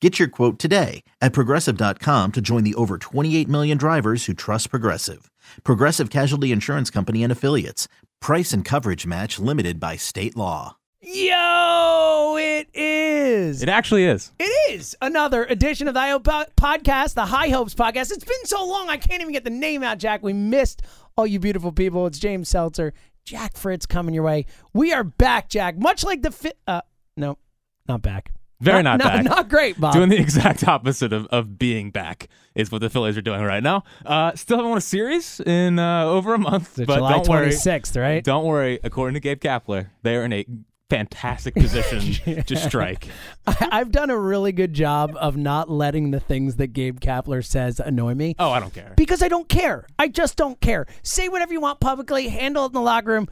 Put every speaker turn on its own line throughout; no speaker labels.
Get your quote today at progressive.com to join the over 28 million drivers who trust Progressive. Progressive Casualty Insurance Company and Affiliates. Price and coverage match limited by state law.
Yo, it is.
It actually is.
it is another edition of the IO po- podcast, the High Hopes podcast. It's been so long, I can't even get the name out, Jack. We missed all you beautiful people. It's James Seltzer, Jack Fritz coming your way. We are back, Jack. Much like the fit. Uh, no, not back.
Very not,
no,
back.
Not great, Bob.
doing the exact opposite of, of being back is what the Phillies are doing right now. Uh, still haven't won a series in uh, over a month,
It's
but
July
don't worry.
26th, right?
Don't worry. According to Gabe Kapler, they are in a fantastic position to strike.
I- I've done a really good job of not letting the things that Gabe Kapler says annoy me.
Oh, I don't care.
because I don't care. I just don't care. Say whatever you want publicly, handle it in the locker room.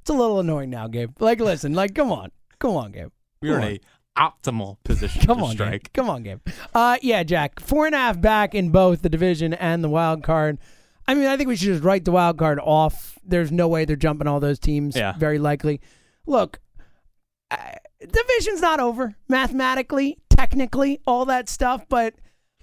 It's a little annoying now, Gabe. Like, listen, like, come on. Come on, Gabe.
We are in a optimal position
Come
to
on, Gabe.
strike.
Come on, Gabe. Uh, yeah, Jack. Four and a half back in both the division and the wild card. I mean, I think we should just write the wild card off. There's no way they're jumping all those teams.
Yeah.
Very likely. Look, I, division's not over mathematically, technically, all that stuff. But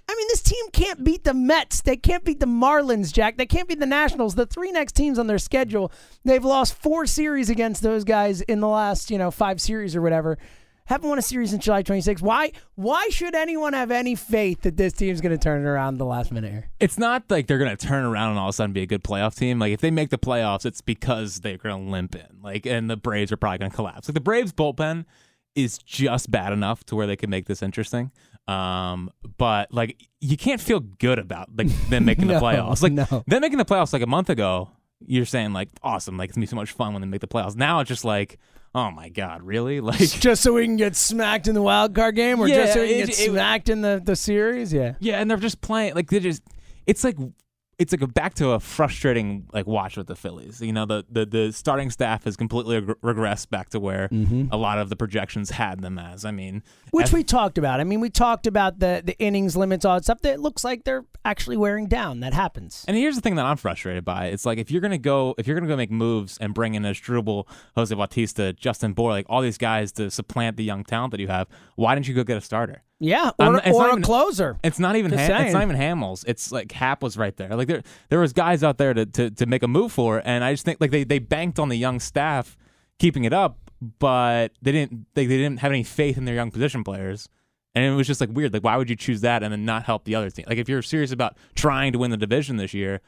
I mean, this team can't beat the Mets. They can't beat the Marlins, Jack. They can't beat the Nationals. The three next teams on their schedule, they've lost four series against those guys in the last, you know, five series or whatever. Haven't won a series since July 26. Why? Why should anyone have any faith that this team's going to turn it around at the last minute here?
It's not like they're gonna turn around and all of a sudden be a good playoff team. Like if they make the playoffs, it's because they're gonna limp in. Like and the Braves are probably gonna collapse. Like the Braves bullpen is just bad enough to where they can make this interesting. Um, but like you can't feel good about like them making
No,
the playoffs. Like
no.
them making the playoffs like a month ago, you're saying like awesome, like it's gonna be so much fun when they make the playoffs. Now it's just like, oh my god, really? Like
Just so we can get smacked in the wild card game, or
Yeah,
just so we can
it-
get
it-
smacked in the, the series? Yeah.
Yeah, and they're just playing like they just. It's like it's like a back to a frustrating like watch with the Phillies. You know, the the, the starting staff has completely reg- regressed back to where a lot of the projections had them as. I mean,
which
as-
we talked about. I mean, we talked about the the innings limits, all that stuff. That it looks like they're actually wearing down. That happens.
And here's the thing that I'm frustrated by. It's like if you're gonna go, if you're gonna go make moves and bring in a Struble, Jose Bautista, Justin Bohr, like all these guys to supplant the young talent that you have, why didn't you go get a starter?
Yeah,
I'm
or,
not- it's
or
not
a
even-
closer.
It's not even
Just
ha-
saying.
it's not even Hamels. It's like Hap was right there. Like there there was guys out there to, to, to make a move for, and I just think like they, they banked on the young staff keeping it up, but they didn't they, they didn't have any faith in their young position players. And it was just like weird. Like why would you choose that and then not help the other team? Like if you're serious about trying to win the division this year,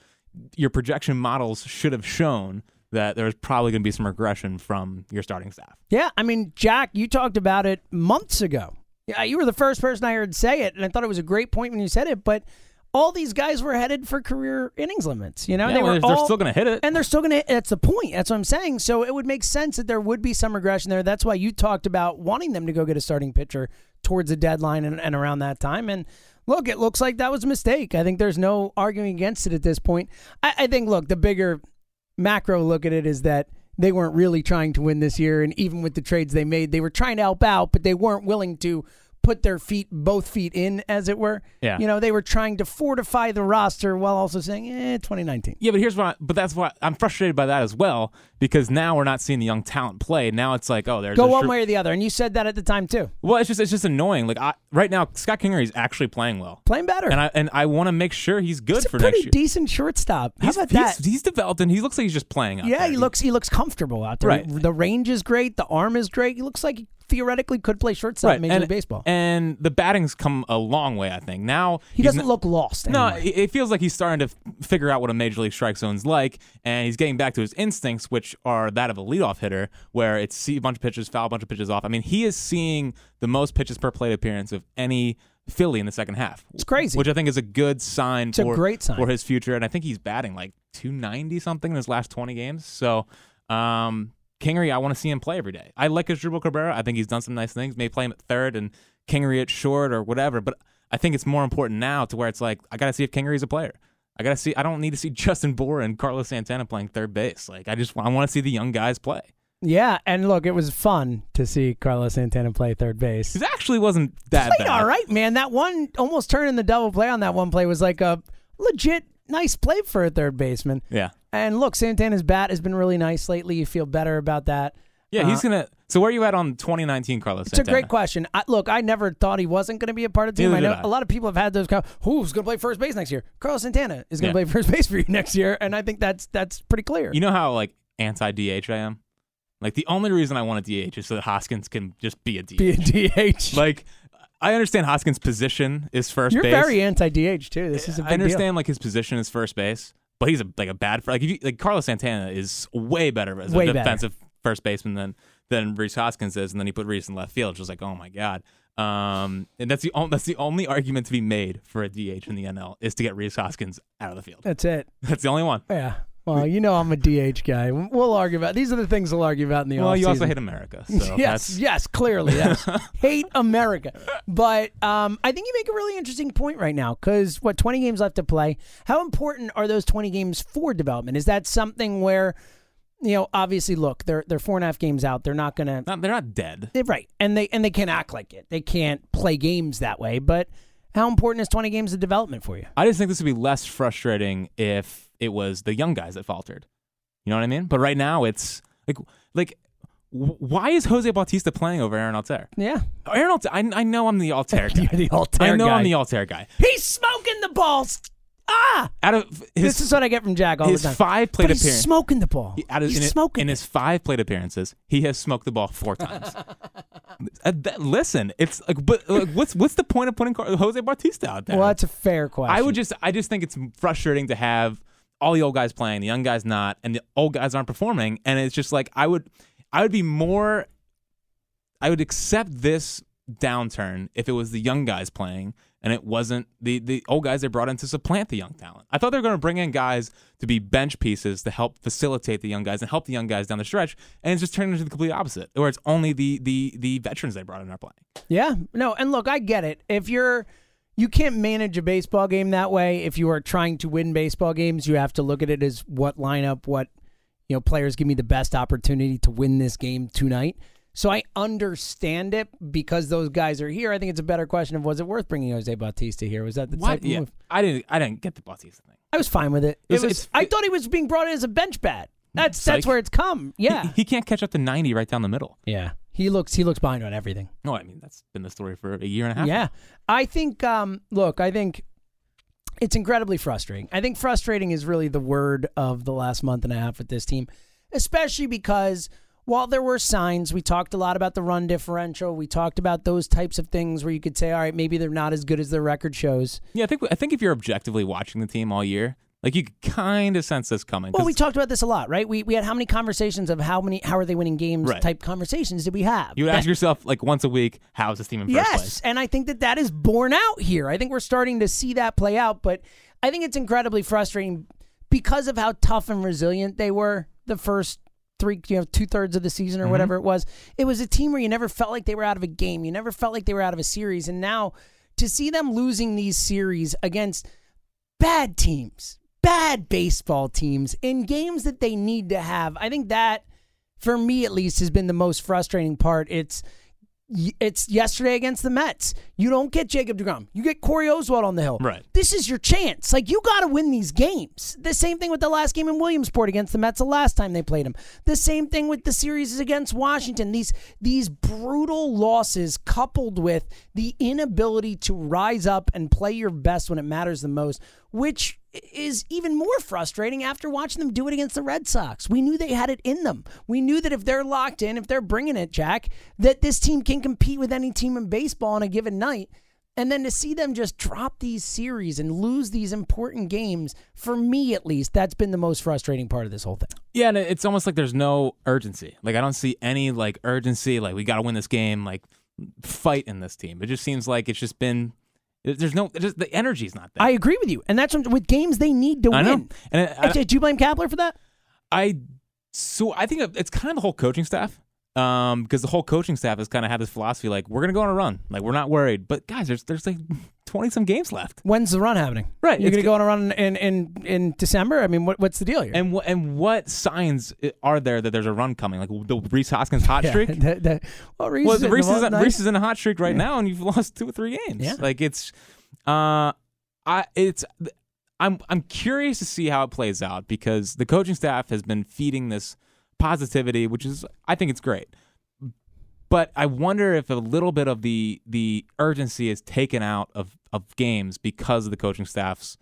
your projection models should have shown that there was probably going to be some regression from your starting staff.
Yeah, I mean, Jack, you talked about it months ago. Yeah, you were the first person I heard say it, and I thought it was a great point when you said it. But all these guys were headed for career innings limits. You know,
Yeah,
they
well,
were
they're- they're
all-
still gonna hit it.
and they're still going to. That's the point. That's what I'm saying. So it would make sense that there would be some regression there. That's why you talked about wanting them to go get a starting pitcher towards the deadline and, and around that time. And look, it looks like that was a mistake. I think there's no arguing against it at this point. I, I think look, the bigger macro look at it is that they weren't really trying to win this year and even with the trades they made they were trying to help out but they weren't willing to put their feet both feet in as it were
Yeah.
you know they were trying to fortify the roster while also saying eh 2019
Yeah, but here's why. But that's why I'm frustrated by that as well because now we're not seeing the young talent play. Now it's like, oh, there's
go
a
one
Stru-
way or the other and you said that at the time too
Well, it's just it's just annoying. Like I, right now, Scott Kingery is actually playing well,
playing better
and I and I want to make sure he's good
he's a
for
pretty
next year.
decent shortstop how
he's,
about
he's,
that
he's developed and he looks like he's just playing. Out
yeah
there.
he looks he looks comfortable out there
Right.
the range is great the arm is great he looks like he theoretically could play shortstop in major
and,
league baseball
and the batting's come a long way. I think now
he
he's
doesn't
n-
look lost
No,
anymore.
it it feels like he's starting to f- figure out what a major league strike zone's like, and he's getting back to his instincts, which are that of a leadoff hitter, where it's see a bunch of pitches, foul a bunch of pitches off. I mean, he is seeing the most pitches per plate appearance of any Philly in the second half. It's
crazy.
which I think is a good sign.
a
for,
great sign.
for his future, and I think he's batting like 290 something in his last 20 games. So, um, Kingery, I want to see him play every day. I like his dribble Cabrera. I think he's done some nice things. May play him at third and Kingery at short or whatever. But I think it's more important now to where it's like I got to see if Kingery's a player. I gotta see. I don't need to see Justin Bohr and Carlos Santana playing third base. Like I just I want to see the young guys play.
Yeah, and look, it was fun to see Carlos Santana play third base.
It actually wasn't that
Played
bad.
all right, man. That one almost turning the double play on that one play was like a legit nice play for a third baseman.
Yeah.
And look, Santana's bat has been really nice lately. You feel better about that.
Yeah, he's gonna. So where are you at on 2019, Carlos?
Uh-huh. It's a great question. I, look, I never thought he wasn't going to be a part of the team.
Neither
I know
did
a
I.
lot of people have had those. kind of, Who's going to play first base next year? Carlos Santana is going
Yeah.
to play first base for you next year, and I think that's that's pretty clear.
You know how like anti DH I am. Like the only reason I want a DH is so that Hoskins can just be a DH.
be a DH.
Like I understand Hoskins' position is 1st
You're
base.
very anti DH too. This is a big
I understand like his position is first base, but he's a, like a bad fir- like if you, like Carlos Santana is way better as
Way
a
better.
defensive first baseman than than Reese Hoskins is, and then you put Reese in left field, just like oh my god. Um, and that's the on, that's the only argument to be made for a DH in the NL is to get Reese Hoskins out of the field.
deal. That's it.
That's the only one.
Yeah. Well, you know I'm a DH guy. We'll argue about these are the things we'll argue about in the
Well, you also
offseason.
hate America. So
yes,
that's,
yes, clearly, yes. hate America. But um, I think you make a really interesting point right now because what twenty games left to play. How important are those twenty games for development? Is that something where, you know, obviously, look, they're they're four and a half games out. They're not going to
not, they're not dead.
yeah, Right. And they and they can't act like it. They can't play games that way. But how important is 20 games of development for you?
I just think this would be less frustrating if it was the young guys that faltered. You know what I mean? But right now, it's like, like, wh- why is Jose Bautista playing over Aaron Altair?
Yeah.
Aaron Altair, I, I know I'm the Altair guy.
You're the Altair
I know
guy.
I'm the Altair guy.
He's smoking the balls. Ah!
Out of
This
his,
is what I get from Jack all
his
the time.
five plate
but he's
appearances,
smoking the ball.
out of,
he's
in, his-
smoking
in
it.
his five plate appearances, he has smoked the ball four times. Uh, that- listen, it's like, but like, what's what's the point of putting Car- Jose Bautista out there?
Well, that's a fair question.
I would just I just think it's frustrating to have all the old guys playing, the young guys not, and the old guys aren't performing. And it's just like I would I would be more I would accept this downturn if it was the young guys playing and it wasn't the the old guys they brought in to supplant the young talent. I thought they were going to bring in guys to be bench pieces to help facilitate the young guys and help the young guys down the stretch, and it's just turned into the complete opposite, where it's only the the the veterans they brought in are playing.
Yeah. No, and look, I get it. If you're you can't manage a baseball game that way. If you are trying to win baseball games, you have to look at it as what lineup, what you know, players give me the best opportunity to win this game tonight. So I understand it because those guys are here. I think it's a better question of was it worth bringing Jose Bautista here? Was that the type of
Yeah,
move?
I didn't I didn't get the Bautista thing.
I was fine with it. It
It's-
was,
it's-
I thought he was being brought in as a bench bat. That's
Psych.
that's where it's come. Yeah.
He, he can't catch up to 90 right down the middle.
yeah. He looks he looks behind on everything.
No, I mean that's been the story for a year and a half.
Yeah. I think um look, I think it's incredibly frustrating. I think frustrating is really the word of the last month and a half with this team, especially because while there were signs, we talked a lot about the run differential. We talked about those types of things where you could say, all right, maybe they're not as good as their record shows.
yeah. I think I think if you're objectively watching the team all year, like you could kind of sense this coming. 'cause
Well, we talked about this a lot, right? We, we had how many conversations of how many how are they winning games
Right.
type conversations did we have?
you would
That-
ask yourself like once a week, how's this team in
yes,
first place?
and I think that that is borne out here. I think we're starting to see that play out, but I think it's incredibly frustrating because of how tough and resilient they were the first three, you know, two thirds of the season or
Mm-hmm.
whatever it was. It was a team where you never felt like they were out of a game, you never felt like they were out of a series, and now to see them losing these series against bad teams, bad baseball teams in games that they need to have, I think that. For me, at least, has been the most frustrating part. It's y- it's yesterday against the Mets. You don't get Jacob DeGrom. You get Corey Oswald on the hill.
Right.
This is your chance. Like you got to win these games. The same thing with the last game in Williamsport against the Mets. The last time they played them. The same thing with the series against Washington. These these brutal losses coupled with the inability to rise up and play your best when it matters the most, which is even more frustrating after watching them do it against the Red Sox. We knew they had it in them. We knew that if they're locked in, if they're bringing it, Jack, that this team can compete with any team in baseball on a given night. And then to see them just drop these series and lose these important games, for me at least, that's been the most frustrating part of this whole thing.
Yeah, and it- it's almost like there's no urgency. Like I don't see any like urgency. Like we got to win this game. Like fight in this team. It just seems like it's just been. There's no. Just, the energy's not there.
I agree with you. And that's what, with games they need to
I know.
win.
And I- I-
Actually, do you blame Kapler for that?
I so I think it's kind of the whole coaching staff. Um, because the whole coaching staff has kind of had this philosophy like we're gonna go on a run, like we're not worried. But guys, there's there's like twenty some games left.
When's the run happening?
Right,
You're
it's
going to go on a run in, in, in December? I mean, what, what's the deal here?
And what and what signs i- are there that there's a run coming? Like the Reese Hoskins hot
Yeah,
streak.
that- that- well, Reese
Well,
is in the
Reese is,
one
on,
night.
Reese is in a hot streak right now, and you've lost two or three games.
Yeah.
Like it's, uh, I it's, I'm I'm curious to see how it plays out because the coaching staff has been feeding this positivity, which is I think it's great, but I wonder if a little bit of the the urgency is taken out of of games because of the coaching staff's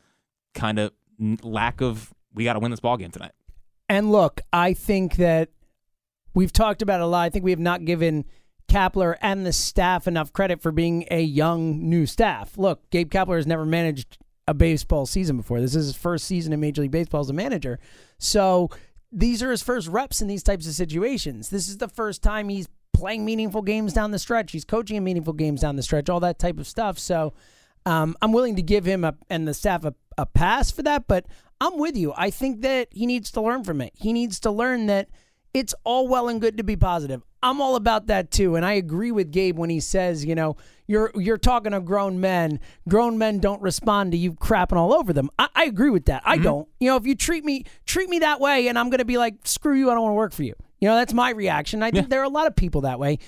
kind of n- lack of we got to win this ball game tonight.
And look, I think that we've talked about it a lot. I think we have not given Kapler and the staff enough credit for being a young new staff. Look, Gabe Kapler has never managed a baseball season before. This is his first season in Major League Baseball as a manager. So these are his first reps in these types of situations. This is the first time he's playing meaningful games down the stretch. He's coaching in meaningful games down the stretch, all that type of stuff. So um, I'm willing to give him a, and the staff a, a pass for that, but I'm with you. I think that he needs to learn from it. He needs to learn that it's all well and good to be positive. I'm all about that too, and I agree with Gabe when he says, you know, you're you're talking to grown men. Grown men don't respond to you crapping all over them. I, I agree with that. I don't. You know, if you treat me treat me that way, and I'm gonna be like, screw you, I don't want to work for you. You know, that's my reaction. I think there are a lot of people that way.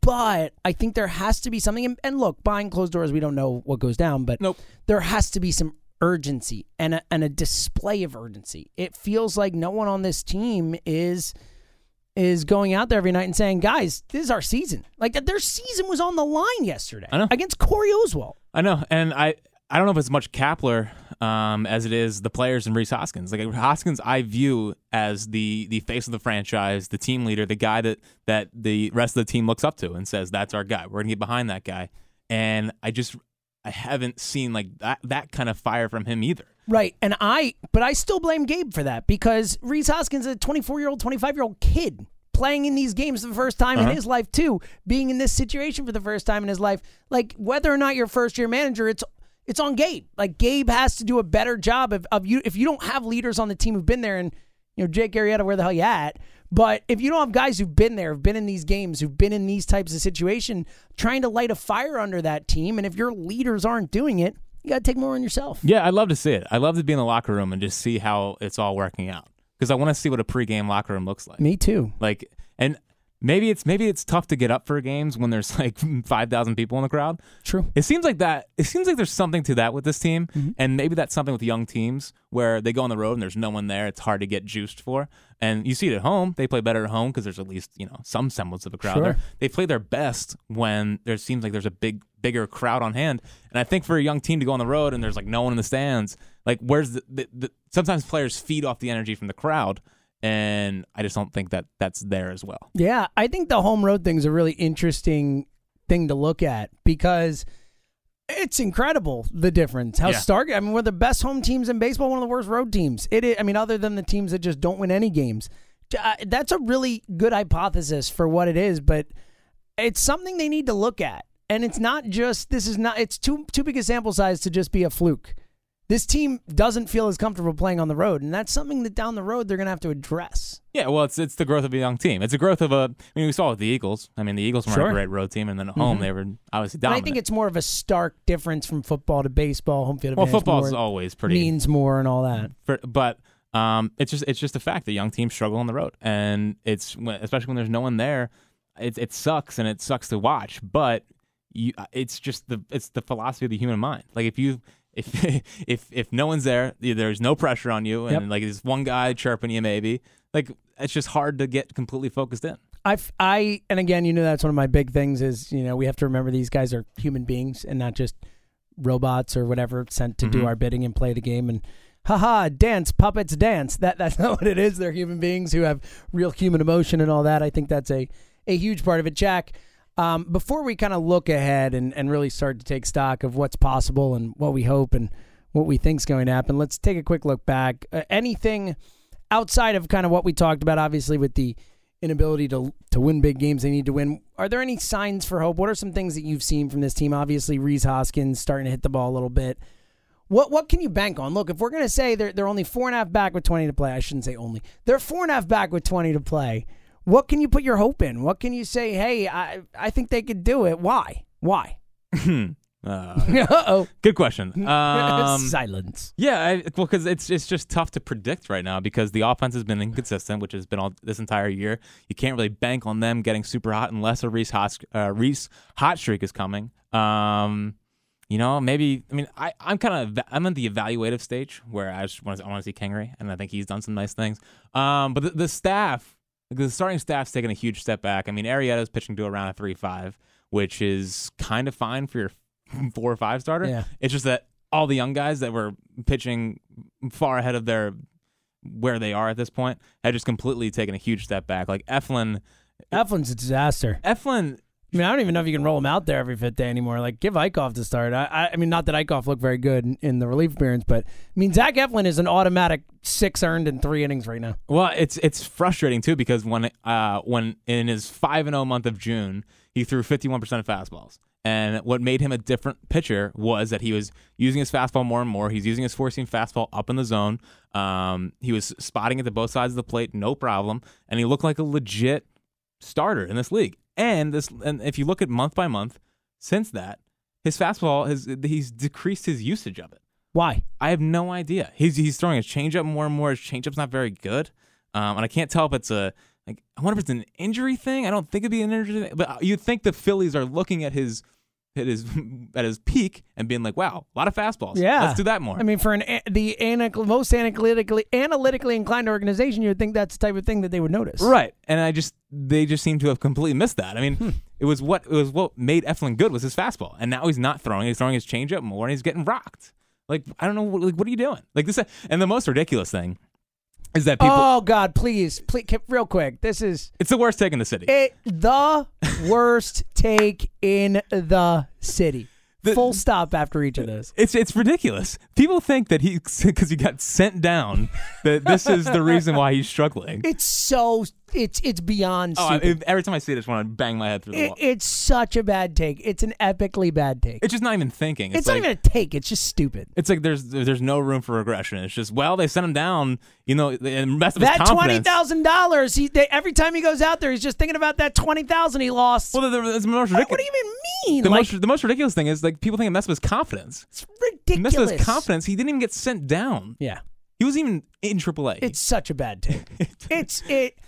But I think there has to be something. And, and look, behind closed doors, we don't know what goes down, but
Nope.
there has to be some urgency and a, and a display of urgency. It feels like no one on this team is is going out there every night and saying, "Guys, this is our season." Like that, their season was on the line yesterday
I know.
against Corey Oswald.
I know, and I I don't know if it's much Kapler um, as it is the players and Reese Hoskins. Like Hoskins, I view as the the face of the franchise, the team leader, the guy that that the rest of the team looks up to and says, "That's our guy. We're gonna get behind that guy." And I just I haven't seen like that that kind of fire from him either.
Right, and I, but I still blame Gabe for that because Reese Hoskins is a 24 year old, 25 year old kid playing in these games for the first time in his life too, being in this situation for the first time in his life. Like whether or not you're first year manager, it's it's on Gabe. Like Gabe has to do a better job of, of you if you don't have leaders on the team who've been there and you know Jake Arrieta, where the hell you at? But if you don't have guys who've been there, have been in these games, who've been in these types of situation, trying to light a fire under that team, and if your leaders aren't doing it, you got to take more on yourself.
Yeah, I'd love to see it. I love to be in the locker room and just see how it's all working out because I want to see what a pregame locker room looks like.
Me too.
Like, and maybe it's maybe it's tough to get up for games when there's like five thousand people in the crowd.
True. Mm-hmm.
It seems like that. It seems like there's something to that with this team, and maybe that's something with young teams where they go on the road and there's no one there. It's hard to get juiced for, and you see it at home. They play better at home because there's at least you know some semblance of a crowd
Sure.
there. They play their best when there seems like there's a big, bigger crowd on hand. And I think for a young team to go on the road and there's like no one in the stands, like where's the, the, the sometimes players feed off the energy from the crowd, and I just don't think that that's there as well.
Yeah, I think the home road thing is a really interesting thing to look at because it's incredible the difference. How
Yeah.
stark! I mean, we're the best home teams in baseball, one of the worst road teams. It is, I mean, other than the teams that just don't win any games. J- uh, That's a really good hypothesis for what it is, but it's something they need to look at. And it's not just this is not it's too too big a sample size to just be a fluke. This team doesn't feel as comfortable playing on the road, and that's something that down the road they're going to have to address.
Yeah, well, it's it's the growth of a young team. It's the growth of a. I mean, we saw it with the Eagles. I mean, the Eagles were
Sure. Mm-hmm.
a great road team, and then at home they were obviously
And
dominant.
I think it's more of a stark difference from football to baseball, home field
well,
advantage
football's
more,
always pretty.
means more and all that.
for- but um, it's just it's just a fact that young teams struggle on the road, and it's when- especially when there's no one there. It it sucks, and it sucks to watch. But you, it's just the it's the philosophy of the human mind. Like if you. If if if no one's there, there's no pressure on you, and
Yep.
like there's one guy chirping you, maybe like it's just hard to get completely focused in.
I, f- I- and again, you know, that's one of my big things is you know we have to remember these guys are human beings and not just robots or whatever sent to do our bidding and play the game and haha dance puppets dance that that's not what it is they're human beings who have real human emotion and all that i think that's a a huge part of it jack um, before we kind of look ahead and, and really start to take stock of what's possible and what we hope and what we think's going to happen let's take a quick look back uh, anything outside of kind of what we talked about obviously with the inability to to win big games they need to win. Are there any signs for hope? What are some things that you've seen from this team? Obviously, Reese Hoskins starting to hit the ball a little bit. What what can you bank on? Look, if we're gonna say they're they're only four and a half back with twenty to play, I shouldn't say only. They're four and a half back with twenty to play. What can you put your hope in? What can you say? Hey, I I think they could do it. Why? Why?
Uh,
uh oh.
good question. Um,
Silence.
yeah, I, well, because it's it's just tough to predict right now because the offense has been inconsistent, which has been all this entire year. You can't really bank on them getting super hot unless a Reese hot uh, Reese hot streak is coming. Um, you know, maybe I mean I I'm kind of I'm in the evaluative stage where I just want to, I want to see Kangri, and I think he's done some nice things. Um, but the, the staff, the starting staff's taken a huge step back. I mean, Arietta's pitching to around a three five, which is kind of fine for your four or five starter.
Yeah.
It's just that all the young guys that were pitching far ahead of their where they are at this point had just completely taken a huge step back. Like Eflin,
Eflin's a disaster.
Eflin,
I mean, I don't even know if you can roll him out there every fifth day anymore. Like, give Eichhoff the start. I, I, I mean, not that Eichhoff looked very good in, in the relief appearance, but I mean, Zach Eflin is an automatic six earned in three innings right now.
Well, it's it's frustrating too because when uh when in his five and zero month of June, he threw fifty one percent of fastballs, and what made him a different pitcher was that he was using his fastball more and more. He's using his four seam fastball up in the zone. Um, he was spotting it to both sides of the plate, no problem, and he looked like a legit starter in this league. And this, and if you look at month by month since that, his fastball has he's decreased his usage of it.
Why?
I have no idea. He's he's throwing his changeup more and more. His changeup's not very good, um, and I can't tell if it's a like. I wonder if it's an injury thing. I don't think it'd be an injury thing, but uh, you'd think the Phillies are looking at his at his at his peak and being like, "Wow, a lot of fastballs.
Yeah.
let's do that more."
I mean, for an a- the anac- most analytically analytically inclined organization, you would think that's the type of thing that they would notice.
Right. And I just they just seem to have completely missed that. I mean,
Hmm.
it was what it was what made Eflin good was his fastball, and now he's not throwing. He's throwing his changeup more, and he's getting rocked. Like I don't know, what- like what are you doing? Like this, and the most ridiculous thing is that people.
Oh God, please, please, ca- real quick. This is
It's the worst take in the city.
it, the worst take in the city.
The-
Full stop after each of those.
It's it's ridiculous. People think that he because he got sent down that this is the reason why he's struggling.
It's so it's it's beyond.
Oh, I-
stupid.
every time I see it, I just want to bang my head through the
It,
wall.
it's such a bad take. It's an epically bad take. It's,
It's just not even thinking. It's,
not
like,
even a take. It's just stupid.
It's like there's there's no room for regression. It's just well they sent him down, you know, and messed up
That
his
twenty
confidence.
thousand dollars. He they, every time he goes out there, he's just thinking about that twenty thousand he lost.
Well, the, the, the most
Like,
ridiculous.
what do you even mean?
the
like
most the most ridiculous thing is like people think it messed with his confidence.
it's
It messed
ridiculous.
with his confidence. He didn't even get sent down.
Yeah,
He was even in AAA.
it's such a bad take. it's it.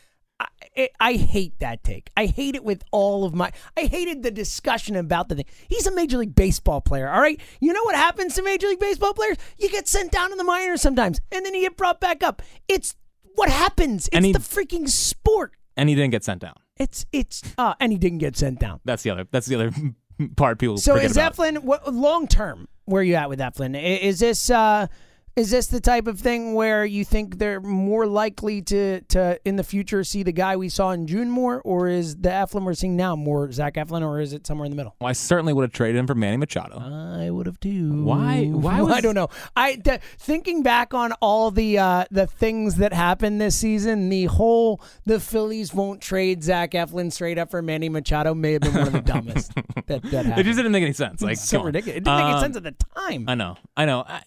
I, it, I hate that take. I hate it with all of my. I hated the discussion about the thing. He's a major league baseball player. All right, you know what happens to major league baseball players? You get sent down to the minors sometimes, and then you get brought back up. It's what happens. It's
And he-
the freaking sport.
and he didn't get sent down.
It's it's. Uh, and he didn't get sent down.
That's the other. That's the other part people.
So
forget
is
about.
Eflin what, long term? Where are you at with Eflin? I- Is this uh, is this the type of thing where you think they're more likely to to in the future see the guy we saw in June more, or is the Eflin we're seeing now more Zach Eflin, or is it somewhere in the middle?
Well, I certainly would have traded him for Manny Machado.
I would have too.
Why- why
I
was-
don't know. I th- thinking back on all the uh, the things that happened this season, the whole the Phillies won't trade Zach Eflin straight up for Manny Machado may have been one of the dumbest that that happened.
It just didn't make any sense. Like
so
come on.
ridiculous. It didn't make any
Um,
sense at the time.
I know. I know. I, I,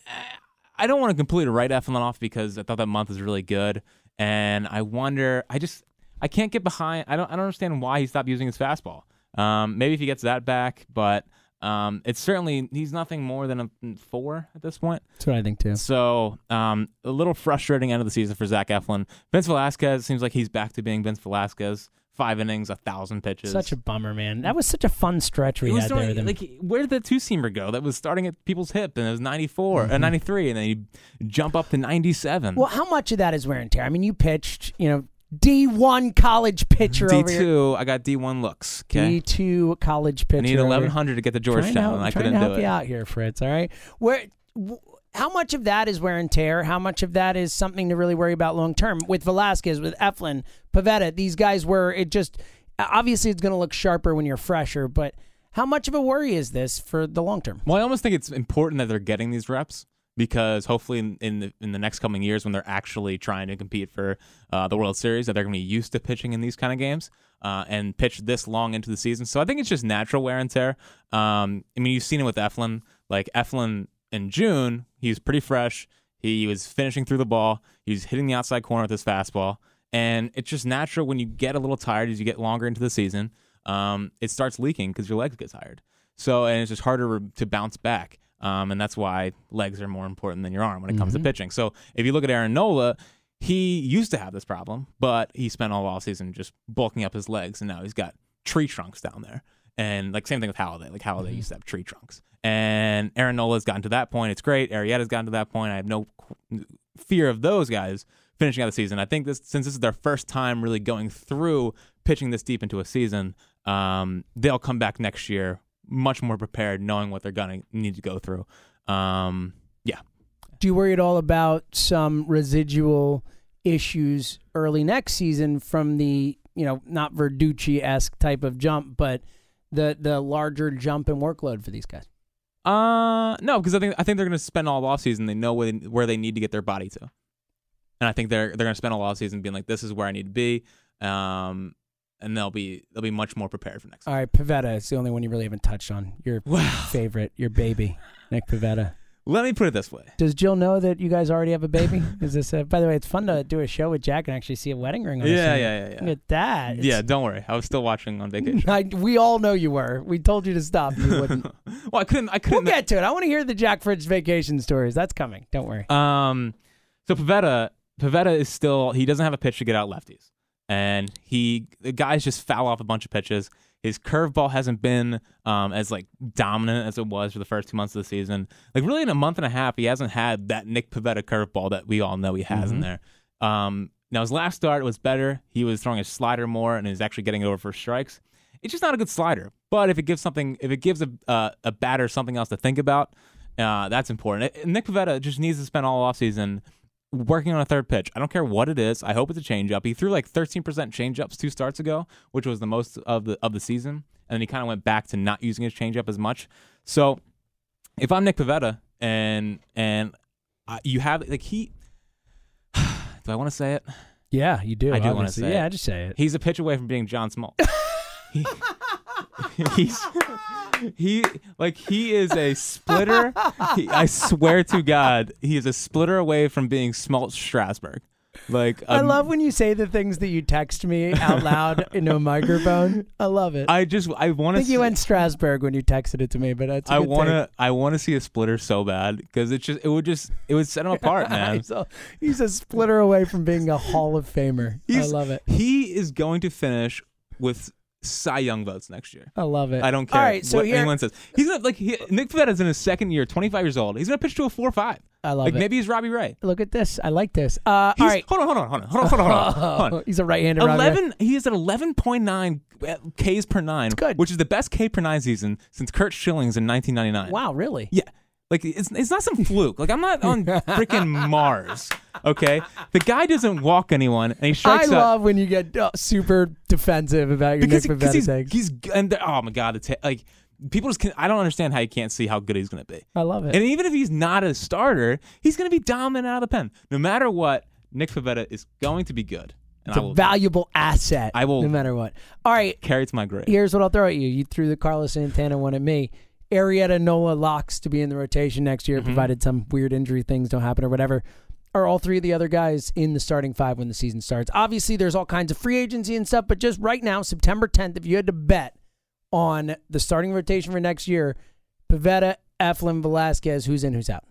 I don't want to completely write Eflin off because I thought that month was really good, and I wonder. I just I can't get behind. I don't. I don't understand why he stopped using his fastball. Um, maybe if he gets that back, but um, it's certainly he's nothing more than a four at this point.
That's what I think too.
So, um, a little frustrating end of the season for Zach Eflin. Vince Velasquez seems like he's back to being Vince Velasquez. Five innings, a thousand pitches.
Such a bummer, man. That was such a fun stretch we
It was
had there.
throwing-
With him.
like where did the two seamer go? That was starting at people's hip, and it was ninety and ninety three, and then you jump up to ninety seven.
well, how much of that is wear and tear? I mean, you pitched, you know, D one college pitcher
D
over here.
two, I got D one looks.
D
Okay,
two college pitcher.
I need
over
eleven
here.
hundred to get to
Trying to
Georgetown,
help,
and I
trying
couldn't
to help
do it.
you out here, Fritz. All right, where. W- how much of that is wear and tear? How much of that is something to really worry about long term? With Velasquez, with Eflin, Pavetta, these guys were it just obviously it's going to look sharper when you're fresher. But how much of a worry is this for the long term?
Well, I almost think it's important that they're getting these reps because hopefully in, in the in the next coming years when they're actually trying to compete for uh, the World Series that they're going to be used to pitching in these kind of games uh, and pitch this long into the season. So I think it's just natural wear and tear. Um, I mean, you've seen it with Eflin. Like Eflin in June, he was pretty fresh. He was finishing through the ball. He was hitting the outside corner with his fastball, and it's just natural when you get a little tired as you get longer into the season. Um, it starts leaking because your legs get tired. So and it's just harder to bounce back. Um, and that's why legs are more important than your arm when it comes to pitching. So if you look at Aaron Nola, he used to have this problem, but he spent all offseason just bulking up his legs, and now he's got tree trunks down there. And like same thing with Halliday. Like Halliday used to have tree trunks, and Aaron Nola's gotten to that point. It's great. Arietta's gotten to that point. I have no qu- fear of those guys finishing out the season. I think this since this is their first time really going through pitching this deep into a season, um, they'll come back next year much more prepared, knowing what they're gonna need to go through. Um, yeah,
Do you worry at all about some residual issues early next season from the you know not Verducci esque type of jump, but the the larger jump in workload for these guys?
Uh, no, because I think I think they're going to spend all off season. They know where they, where they need to get their body to, and I think they're they're going to spend all off season being like, this is where I need to be, um, and they'll be they'll be much more prepared for next.
All right, Pavetta. It's the only one you really haven't touched on. Your
Wow.
favorite, your baby, Nick Pavetta.
Let me put it this way.
Does Jill know that you guys already have a baby? Is this? A, by the way, it's fun to do a show with Jack and actually see a wedding ring on. his
Yeah,
finger.
yeah, yeah,
Look
yeah.
at that.
Yeah, don't worry. I was still watching on vacation.
I, we all know you were. We told you to stop. You wouldn't.
well, I couldn't. I
we'll
couldn't.
get to it. I want to hear the Jack Fritz vacation stories. That's coming. Don't worry.
Um, so Pavetta, Pavetta is still he doesn't have a pitch to get out lefties, and he the guys just foul off a bunch of pitches. His curveball hasn't been um, as like dominant as it was for the first two months of the season. Like really, in a month and a half, he hasn't had that Nick Pavetta curveball that we all know he has
Mm-hmm.
in there. Um, now his last start was better. He was throwing his slider more and is actually getting it over for strikes. It's just not a good slider. But if it gives something, if it gives a uh, a batter something else to think about, uh, that's important. It- Nick Pavetta just needs to spend all offseason working on a third pitch. I don't care what it is. I hope it's a changeup. He threw like 13% changeups two starts ago, which was the most of the of the season, and then he kind of went back to not using his changeup as much. So, if I'm Nick Pavetta and and I, you have like he, do I want to say it?
Yeah, you do.
I do wanna
obviously.
say
Yeah,
it.
just say it.
He's a pitch away from being John Small. He- he's he like he is a splitter. He, I swear to God, he is a splitter away from being Smalt Strasburg. Like
I
um,
love when you say the things that you text me out loud into a microphone. I love it. I,
I just I want to.
think
see
you went Strasbourg when you texted it to me, but that's. a
I
good
want
take.
to. I want to see a splitter so bad because it just it would just it would set him apart, man.
He's a, he's a splitter away from being a Hall of Famer. I
He's-
love it.
He is going to finish with Cy Young votes next year.
I love it.
I don't care
All right, so
what
here
anyone says. He's gonna like he, Nick Pavetta's in his second year, 25 years old. He's gonna pitch to a four five.
I love
Like
it.
maybe he's Robbie Ray.
Look at this. I like this. Uh, all
He's-
right. Oh,
Hold on, hold on, hold on, hold on, hold on, hold on. hold on.
he's a right-handed. Robbie Ray.
Eleven. He is at eleven point nine Ks per nine,
good.
which is the best K per nine season since Kurt Schilling's in 1999.
Wow, really?
Yeah. Like it's it's not some fluke. Like I'm not on freaking Mars. Okay. The guy doesn't walk anyone, and he
I
strikes out.
love when you get uh, super defensive about your
because
Nick
he- 'cause
Pavetta
he's,
takes.
he's g- and they're- oh my god, it's like people just can, I don't understand how you can't see how good he's gonna be.
I love it.
And even if he's not a starter, he's going to be dominant out of the pen. No matter what, Nick Pavetta is going to be good. And
It's
I
a
will
valuable asset.
I will-
no matter what. All right,
carry it to my grave.
here's what I'll throw at you. You threw the Carlos Santana one at me. Arietta Nola locks to be in the rotation next
Mm-hmm.
year, provided some weird injury things don't happen or whatever. Are all three of the other guys in the starting five when the season starts? Obviously, there's all kinds of free agency and stuff, but just right now, September 10th, if you had to bet on the starting rotation for next year, Pavetta, Eflin, Velasquez, who's in, who's out?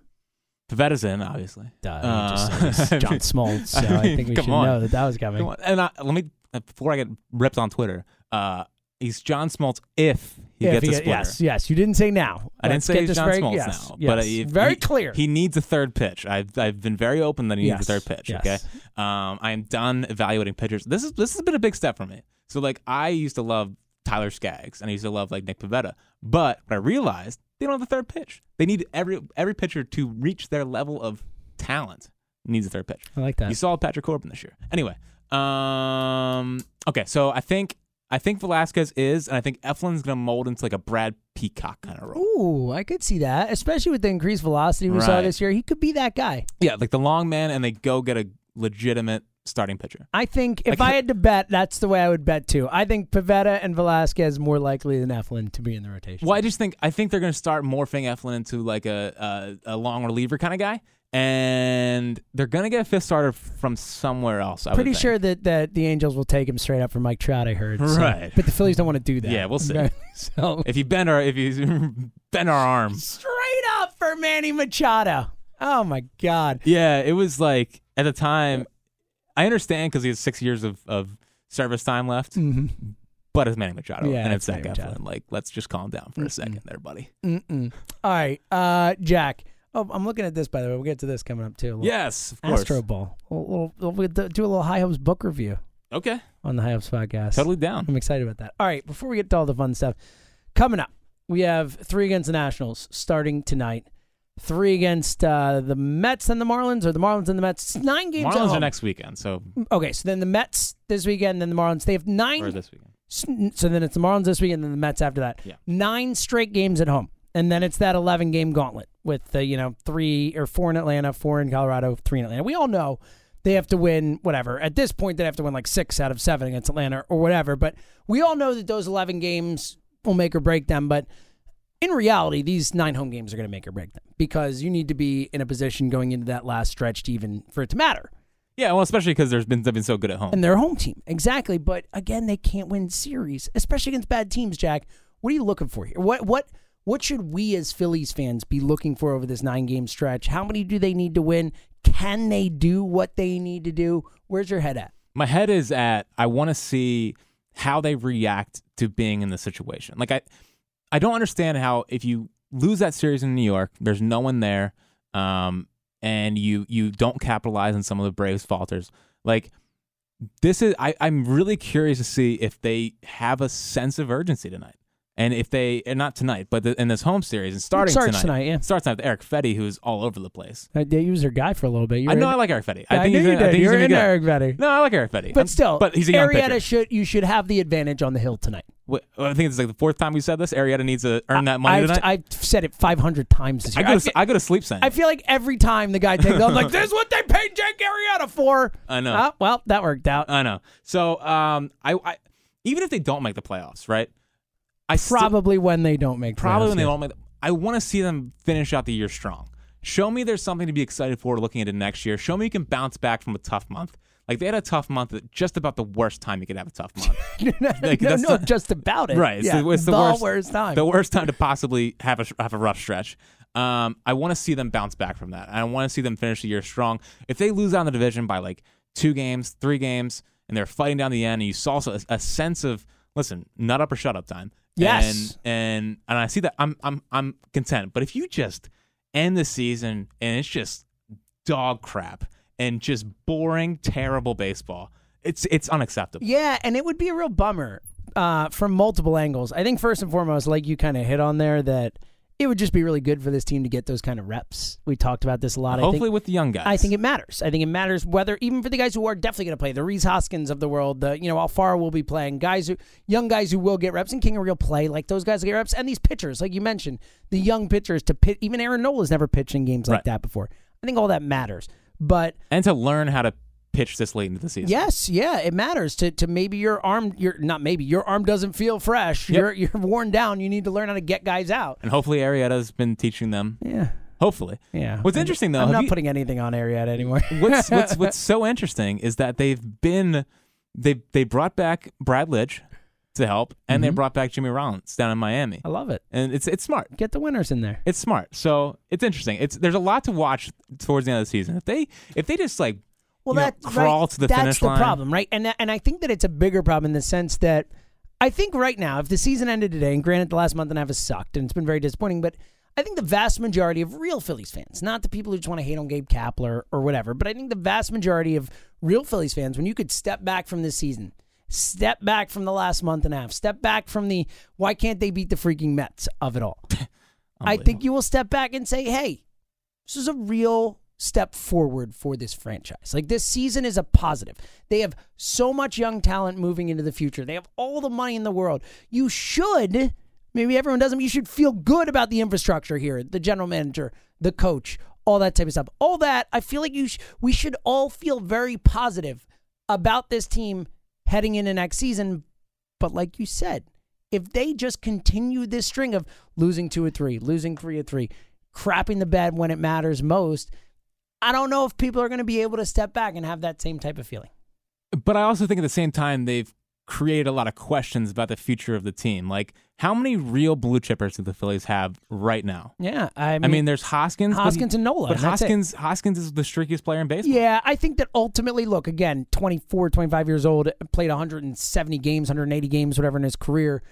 Pavetta's in, obviously.
Duh,
Uh,
I mean, just,
I
it's John
mean-
Smoltz, so I,
I mean,
think we
come
should
on.
know that that was coming.
Come on. And I, let me, uh, before I get ripped on Twitter, uh, he's John Smoltz if he
Yeah, if
gets
he
a
get-
splitter.
yes, yes. You didn't say now.
I didn't
Let's
say
get
he's
this
John
very,
Smoltz
yes,
now,
yes.
but uh, if
very
he-
clear.
He needs a third pitch. I've I've been very open that he needs a
Yes,
third pitch.
yes.
Okay. Um, I am done evaluating pitchers. This is this has been a big step for me. So like I used to love Tyler Skaggs and I used to love like Nick Pavetta, but what I realized they don't have a third pitch. They need every every pitcher to reach their level of talent needs a third pitch.
I like
You
that.
saw Patrick Corbin this year. Anyway, um, okay, so I think I think Velasquez is, and I think Eflin's gonna mold into like a Brad Peacock kind of role.
Ooh, I could see that, especially with the increased velocity we saw
Right.
this year. He could be that guy.
Yeah, like the long man, and they go get a legitimate starting pitcher.
I think if I,
can't-
had to bet, that's the way I would bet too. I think Pavetta and Velasquez more likely than Eflin to be in the rotation.
Well, I just think I think they're going to start morphing Eflin into like a a, a long reliever kind of guy, and they're gonna get a fifth starter from somewhere else. I would
Pretty
think.
sure that, that the Angels will take him straight up for Mike Trout. I heard. so-
Right.
But the Phillies don't want to do that.
Yeah, we'll see.
Okay. so
If you bend our if you bend our arm,
straight up for Manny Machado. Oh my God.
yeah, it was like at the time. I understand because he has six years of, of service time left,
Mm-hmm.
but it's Manny Machado
Yeah,
and
it's
it's Zach
Manny Machado.
Eflin. Like, let's just calm down for a second, there, buddy.
Mm-mm. All right, uh, Jack. Oh, I'm looking at this by the way. We'll get to this coming up too. A little
Yes, of course.
Astro Ball. We'll, we'll, we'll, do do a little High Hopes book review
Okay,
on the High Hopes podcast.
totally down.
I'm excited about that. All right, before we get to all the fun stuff, coming up, we have three against the Nationals starting tonight. Three against uh, the Mets and the Marlins, or the Marlins and the Mets. It's nine games. at
Marlins are
home.
next weekend, so
Okay, so then the Mets this weekend, then the Marlins. They have nine.
or this weekend.
So then it's the Marlins this week, and then the Mets after that.
Yeah.
Nine straight games at home, and then it's that eleven game gauntlet with the you know three or four in Atlanta, four in Colorado, three in Atlanta. We all know they have to win whatever. At this point, they have to win like six out of seven against Atlanta or whatever. But we all know that those eleven games will make or break them. But in reality, these nine home games are going to make or break them because you need to be in a position going into that last stretch to even for it to matter.
Yeah, well, especially because there's been they've been so good at home.
And their home team. Exactly. But again, they can't win series, especially against bad teams, Jack. What are you looking for here? What what what should we as Phillies fans be looking for over this nine game stretch? How many do they need to win? Can they do what they need to do? Where's your head at?
my head is at I want to see how they react to being in the situation. Like I I don't understand how if you lose that series in New York, there's no one there, um, and you you don't capitalize on some of the Braves' falters. Like this is I, I'm really curious to see if they have a sense of urgency tonight. And if they, and not tonight, but the, in this home series and starting
starts
tonight,
tonight, yeah.
starts tonight with Eric Fetty, who's all over the place.
they use their guy for a little bit.
I know I like Eric Fetty.
I,
think
knew
he's
you
gonna- I
did.
think he's
You're
gonna be
in
good.
Eric Betty.
No, I like Eric Fetty. I'm-
But still,
but he's a young
Arietta
pitcher.
should you should have the advantage on the hill tonight.
Wait, I think it's like the fourth time we said this. Arietta needs to earn that money
I've,
tonight. I,
I've said it 500 times this year.
go
I
to,
fe-
I go to sleep saying.
I
it.
feel like every time the guy takes, it, I'm like, "This is what they paid Jake Arrieta for."
I know. Uh,
Ah, well, that worked out.
I know. So um, I, I even if they don't make the playoffs, right? I still-
probably when they don't make.
probably
playoffs,
when they
yeah.
don't make. The, I want to see them finish out the year strong. Show me there's something to be excited for looking into next year. Show me you can bounce back from a tough month. Like they had a tough month at just about the worst time you could have a tough month. Like,
no,
that's
no,
not-
just about it.
Right. It's
Yeah.
the, it's the worst,
time.
The worst time to possibly have a have a rough stretch. Um, I want to see them bounce back from that. I want to see them finish the year strong. If they lose out in the division by like two games, three games, and they're fighting down the end, and you saw a, a sense of listen, nut up or shut up time.
Yes.
And and and I see that. I'm I'm I'm content. But if you just end the season and it's just dog crap and just boring, terrible baseball, it's it's unacceptable.
yeah, and it would be a real bummer uh, from multiple angles. I think first and foremost, like you kind of hit on there, that it would just be really good for this team to get those kind of reps. We talked about this a lot. I think,
Hopefully, with the young guys,
I think it matters. I think it matters whether even for the guys who are definitely going to play, the Reese Hoskins of the world, the you know Alfaro will be playing, guys who young guys who will get reps, and King of Real play like those guys will get reps, and these pitchers like you mentioned, the young pitchers to pit. Even Aaron Nola has never pitched in games like
Right.
that before. I think all that matters, but
and to learn how to pitch this late into the season.
Yes, yeah, it matters to to maybe your arm, your not maybe your arm doesn't feel fresh. You're you're worn down. You need to learn how to get guys out.
And hopefully Arietta's been teaching them.
Yeah,
Hopefully.
yeah.
What's interesting though,
I'm
have
not
you-
putting anything on Arietta anymore.
what's what's what's so interesting is that they've been they they brought back Brad Lidge to help and they brought back Jimmy Rollins down in Miami.
Mm-hmm. I love it.
And it's it's smart.
Get the winners in there.
It's smart. So it's interesting. It's there's a lot to watch towards the end of the season. If they if they just like
well,
you know,
that
crawl
right,
to the
that's
finish
the
line.
problem, right? And and I think that it's a bigger problem in the sense that I think right now, if the season ended today, and granted the last month and a half has sucked and it's been very disappointing, but I think the vast majority of real Phillies fans, not the people who just want to hate on Gabe Kapler or whatever, but I think the vast majority of real Phillies fans, when you could step back from this season, step back from the last month and a half, step back from the why can't they beat the freaking Mets of it all. I think you will step back and say, hey, this is a real step forward for this franchise. Like this season is a positive. They have so much young talent moving into the future. They have all the money in the world. You should, maybe everyone doesn't, but you should feel good about the infrastructure here, the general manager, the coach, all that type of stuff. All that, I feel like you sh- we should all feel very positive about this team heading into next season, but like you said, if they just continue this string of losing two or three, losing three or three, crapping the bed when it matters most, I don't know if people are going to be able to step back and have that same type of feeling.
But I also think at the same time they've created a lot of questions about the future of the team. Like how many real blue chippers do the Phillies have right now?
Yeah, I mean,
I mean, there's Hoskins, but he-
Hoskins and Nola,
But
and that's it.
Hoskins, Hoskins is the streakiest player in baseball.
yeah, I think that ultimately, look, again, 24, 25 years old, played 170 games, 180 games, whatever in his career,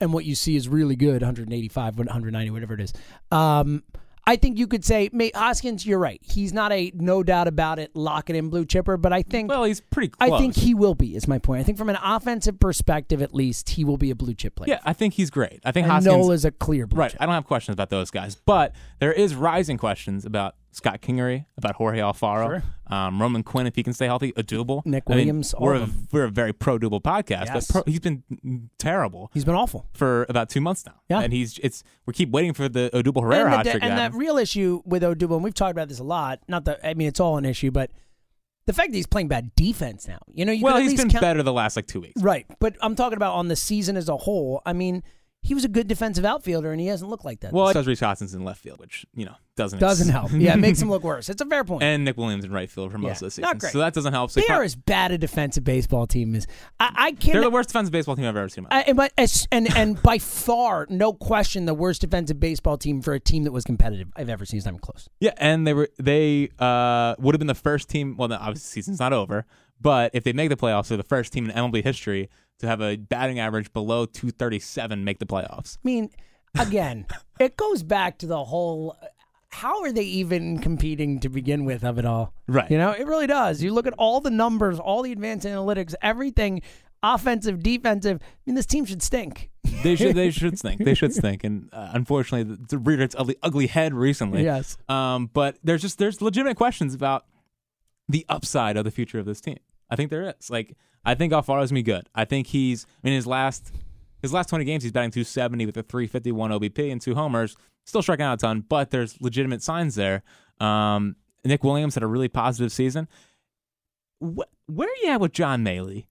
and what you see is really good, 185, 190, whatever it is. Um, I think you could say, mate, Hoskins, you're right. He's not a no doubt about it, lock it in blue chipper, but I think
Well, he's pretty close.
I think he will be. Is my point. I think from an offensive perspective, at least, he will be a blue chip player.
yeah, I think he's great. I think
and
Hoskins.
Nola's a clear blue
Right.
chip.
I don't have questions about those guys, but there is rising questions about Scott Kingery, about Jorge Alfaro,
Sure.
um, Roman Quinn if he can stay healthy, a Duble,
Nick
I mean,
Williams, all
we're
of
a, we're a very pro Duble podcast,
Yes.
but pro, he's been terrible
He's been awful.
for about two months now.
Yeah.
and he's it's we keep waiting for the Odubel Herrera
And,
hot
the,
trick.
and
to
that
happen.
real issue with Odubel, and we've talked about this a lot. Not that I mean it's all an issue, but the fact that he's playing bad defense now. You know, you
well,
could at
he's
least
been
count-
better the last like two weeks.
Right, but I'm talking about on the season as a whole. I mean, he was a good defensive outfielder, and he hasn't looked like that.
Well,
this
it does Reese Hoskins in left field, which you know doesn't
doesn't help. Yeah, it makes him look worse. It's a fair point.
and Nick Williams in right field for most
Yeah,
of the season.
not great.
So that doesn't help. So
they
he
are
prob-
as bad a defensive baseball team as I, I can't.
they're the worst defensive baseball team I've ever seen. in my life.
I, and, but, as- and and by far, no question, the worst defensive baseball team for a team that was competitive I've ever seen. It's not even close.
Yeah, and they were they uh would have been the first team. Well, no, obviously the season's not over, but if they make the playoffs, they're the first team in MLB history to have a batting average below 237 make the playoffs.
I mean, again, it goes back to the whole. How are they even competing to begin with of it all?
Right.
You know, it really does. You look at all the numbers, all the advanced analytics, everything, offensive, defensive. I mean, this team should stink.
They should they should stink. They should stink. And uh, unfortunately, the, the reared its ugly ugly head recently.
Yes.
Um, but there's just there's legitimate questions about the upside of the future of this team. I think there is. Like I think Alfaro's gonna be good. I think he's I mean his last his last 20 games he's batting 270 with a 351 OBP and two homers, still striking out a ton, but there's legitimate signs there. Um, Nick Williams had a really positive season. Wh- where are you at with John Maley?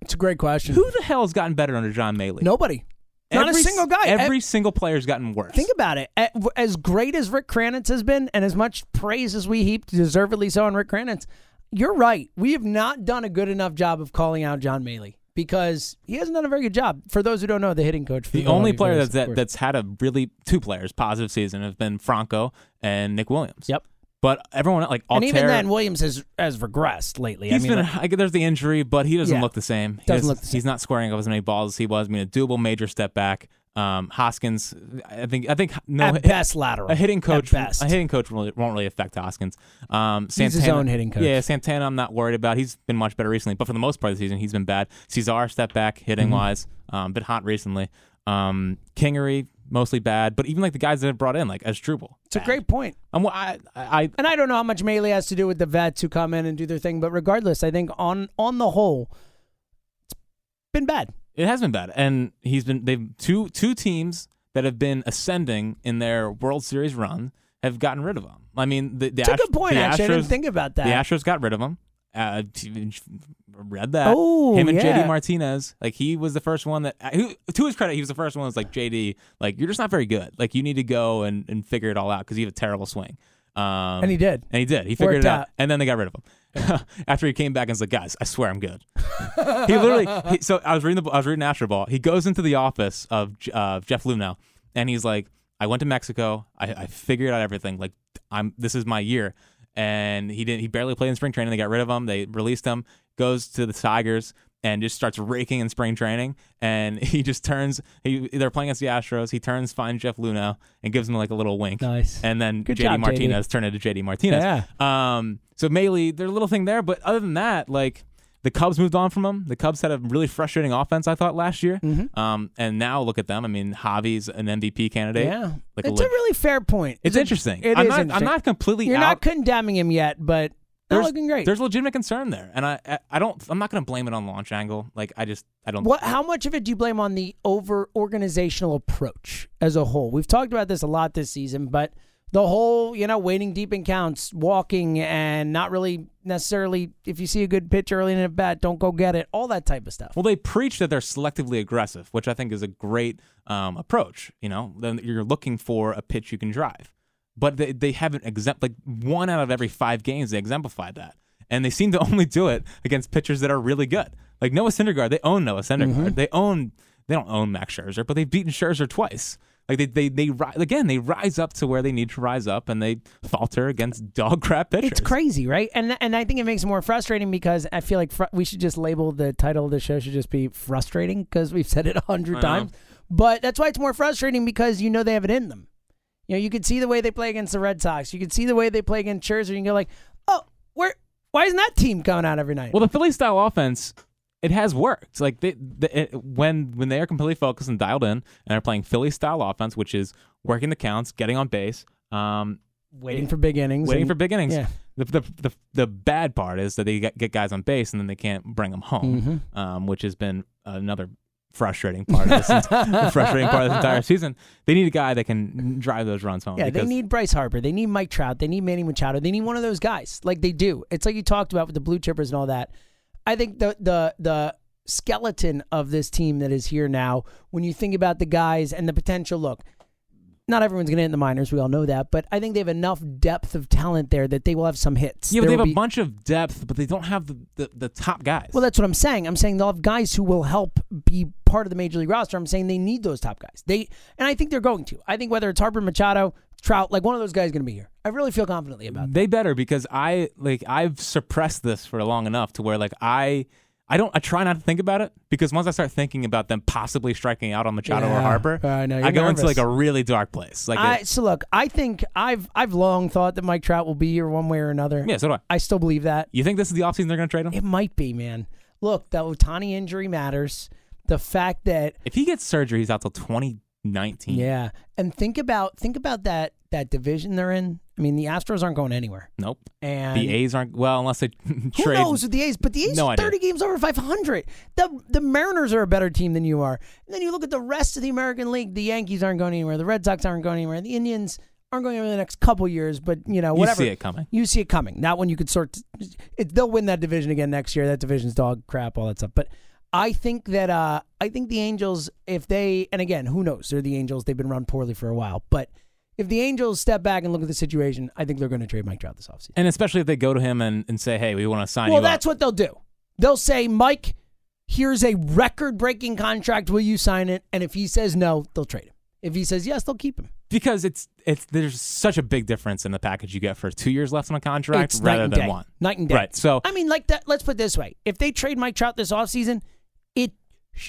It's a great question.
Who the hell's gotten better under John Maley?
Nobody. Not
Every
a
s-
single guy.
Every single player's gotten worse.
Think about it. A- As great as Rick Kranitz has been, and as much praise as we heaped, deservedly so, on Rick Kranitz, you're right. We have not done a good enough job of calling out John Maley because he hasn't done a very good job. For those who don't know, the hitting coach. For
The only
Philadelphia
player
Phillies,
that's
of
that,
course.
that's had a really two players positive season have been Franco and Nick Williams.
Yep.
But everyone like Alter,
and even then, Williams has has regressed lately.
he's
I mean,
been.
like,
I guess there's the injury, but he doesn't
Yeah.
look the same. He
Doesn't
doesn't-
look the
He's not squaring up as many balls as he was. I mean, a double major step back. Um, Hoskins, I think. I think no.
at best lateral.
a hitting
At
coach,
best.
a hitting coach really, won't really affect Hoskins. Um, Santana,
his own hitting coach.
Yeah, Santana, I'm not worried about. He's been much better recently, but for the most part of the season, he's been bad. Cesar step back hitting
Mm-hmm.
wise, um, been hot recently. Um, Kingery mostly bad, but even like the guys that have brought in, like Asdrubal,
it's a great point.
I'm, I, I,
And I don't know how much Maley has to do with the vets who come in and do their thing, but regardless, I think on on the whole, it's been bad.
It has been bad, and he's been they've two two teams that have been ascending in their World Series run have gotten rid of him. I mean, the, the
It's a
Ast-
good point.
the
Actually, I
Astros-
didn't think about that.
The Astros got rid of him. Uh, t- read that.
Oh,
him and
yeah.
JD Martinez. Like he was the first one that, uh, who, to his credit, he was the first one. that Was like JD, like you're just not very good. Like you need to go and, and figure it all out because you have a terrible swing. Um,
And he did.
And he did. He figured
Worked
it out.
out.
And then they got rid of him. After he came back and was like, guys, I swear I'm good. he literally. He, so I was reading the. I was reading Astro Ball. He goes into the office of J- uh, Jeff Lunau, and he's like, "I went to Mexico. I, I figured out everything. Like, I'm. This is my year." And he didn't. He barely played in spring training. They got rid of him. They released him. Goes to the Tigers and just starts raking in spring training. And he just turns. He they're playing against the Astros. He turns, finds Jeff Lunau, and gives him like a little wink.
Nice.
And then
Good
JD
job, JD.
Martinez turned into JD Martinez.
Yeah.
Um, so Maley, there's a little thing there, but other than that, like the Cubs moved on from him. The Cubs had a really frustrating offense, I thought, last year.
Mm-hmm.
Um, and now look at them. I mean, Javi's an MVP candidate.
yeah,
like
it's
a
a,
leg-
really fair point.
it's
a-
interesting.
It
I'm
is
not,
interesting.
I'm not completely
You're
out.
not condemning him yet, but they're
there's,
looking great.
There's legitimate concern there, and I, I, I don't. I'm not going to blame it on launch angle. Like I just, I don't.
What? How much of it do you blame on the over organizational approach as a whole? We've talked about this a lot this season, but the whole you know waiting deep in counts, walking, and not really necessarily if you see a good pitch early in a bat, don't go get it. All that type of stuff.
Well, they preach that they're selectively aggressive, which I think is a great um, approach. You know, then you're looking for a pitch you can drive. but they, they haven't exempt like one out of every five games they exemplify that, and they seem to only do it against pitchers that are really good. Like Noah Syndergaard, they own Noah Syndergaard. They own they don't own Max Scherzer, but they've beaten Scherzer twice. Like they they they ri- again they rise up to where they need to rise up, and they falter against dog crap pitchers.
It's crazy, right? And and I think it makes it more frustrating because I feel like fr- we should just label the title of the show should just be frustrating because we've said it a hundred times. But that's why it's more frustrating because you know they have it in them. You know, you could see the way they play against the Red Sox. You could see the way they play against Scherzer. You can go like, oh, where? Why isn't that team coming out every night?
Well, the Philly style offense, it has worked. Like they, they it, when when they are completely focused and dialed in, and they are playing Philly style offense, which is working the counts, getting on base, um,
waiting for big innings.
waiting
and-
for big innings.
yeah.
The, the the the bad part is that they get, get guys on base and then they can't bring them home,
Mm-hmm.
um, which has been another frustrating part of this ent- frustrating part of this entire season. They need a guy that can drive those runs home.
Yeah, they
because
need Bryce Harper. They need Mike Trout. They need Manny Machado. They need one of those guys. Like they do. It's like you talked about with the blue chippers and all that. I think the the the skeleton of this team that is here now, when you think about the guys and the potential look, not everyone's gonna hit in the minors, we all know that, but I think they have enough depth of talent there that they will have some hits.
Yeah, but
There
they
will
have
be-
a bunch of depth, but they don't have the, the, the top guys.
well, that's what I'm saying. I'm saying they'll have guys who will help be part of the major league roster. I'm saying they need those top guys. They and I think they're going to. I think whether it's Harper, Machado, Trout, like one of those guys is going to be here. I really feel confidently about. that.
They better because I like I've suppressed this for long enough to where like I I don't I try not to think about it because once I start thinking about them possibly striking out on Machado
Yeah.
or Harper,
I know, you're
go
nervous.
into like a really dark place. Like
I,
it-
so look, I think I've I've long thought that Mike Trout will be here one way or another.
yeah, so do I.
I still believe that.
You think this is the offseason they're going to trade him?
It might be, man. Look, the Otani injury matters. The fact that
If he gets surgery, he's out till 2019.
yeah, and think about think about that that division they're in. I mean, the Astros aren't going anywhere,
Nope.
and
The A's aren't well unless they trade.
who knows with the A's? But the A's
No
are
idea.
thirty games over five hundred. The the Mariners are a better team than you are. And then you look at the rest of the American League. The Yankees aren't going anywhere. The Red Sox aren't going anywhere. The Indians aren't going anywhere in the next couple years. But you know,
You
whatever.
see it coming.
You see it coming. That one you could sort. It, they'll win that division again next year. That division's dog crap, all that stuff. But I think that uh, I think the Angels, if they, and again, who knows? They're the Angels. They've been run poorly for a while. But if the Angels step back and look at the situation, I think they're going to trade Mike Trout this offseason.
And especially if they go to him and, and say, hey, we want to sign
Well,
you up.
that's what they'll do. They'll say, Mike, here's a record-breaking contract. Will you sign it? And if he says no, they'll trade him. If he says yes, they'll keep him.
because it's it's there's such a big difference in the package you get for two years left on a contract
It's night
rather
and
than
day.
one.
Night and day.
Right. So
I mean, like that. Let's put it this way: if they trade Mike Trout this offseason, it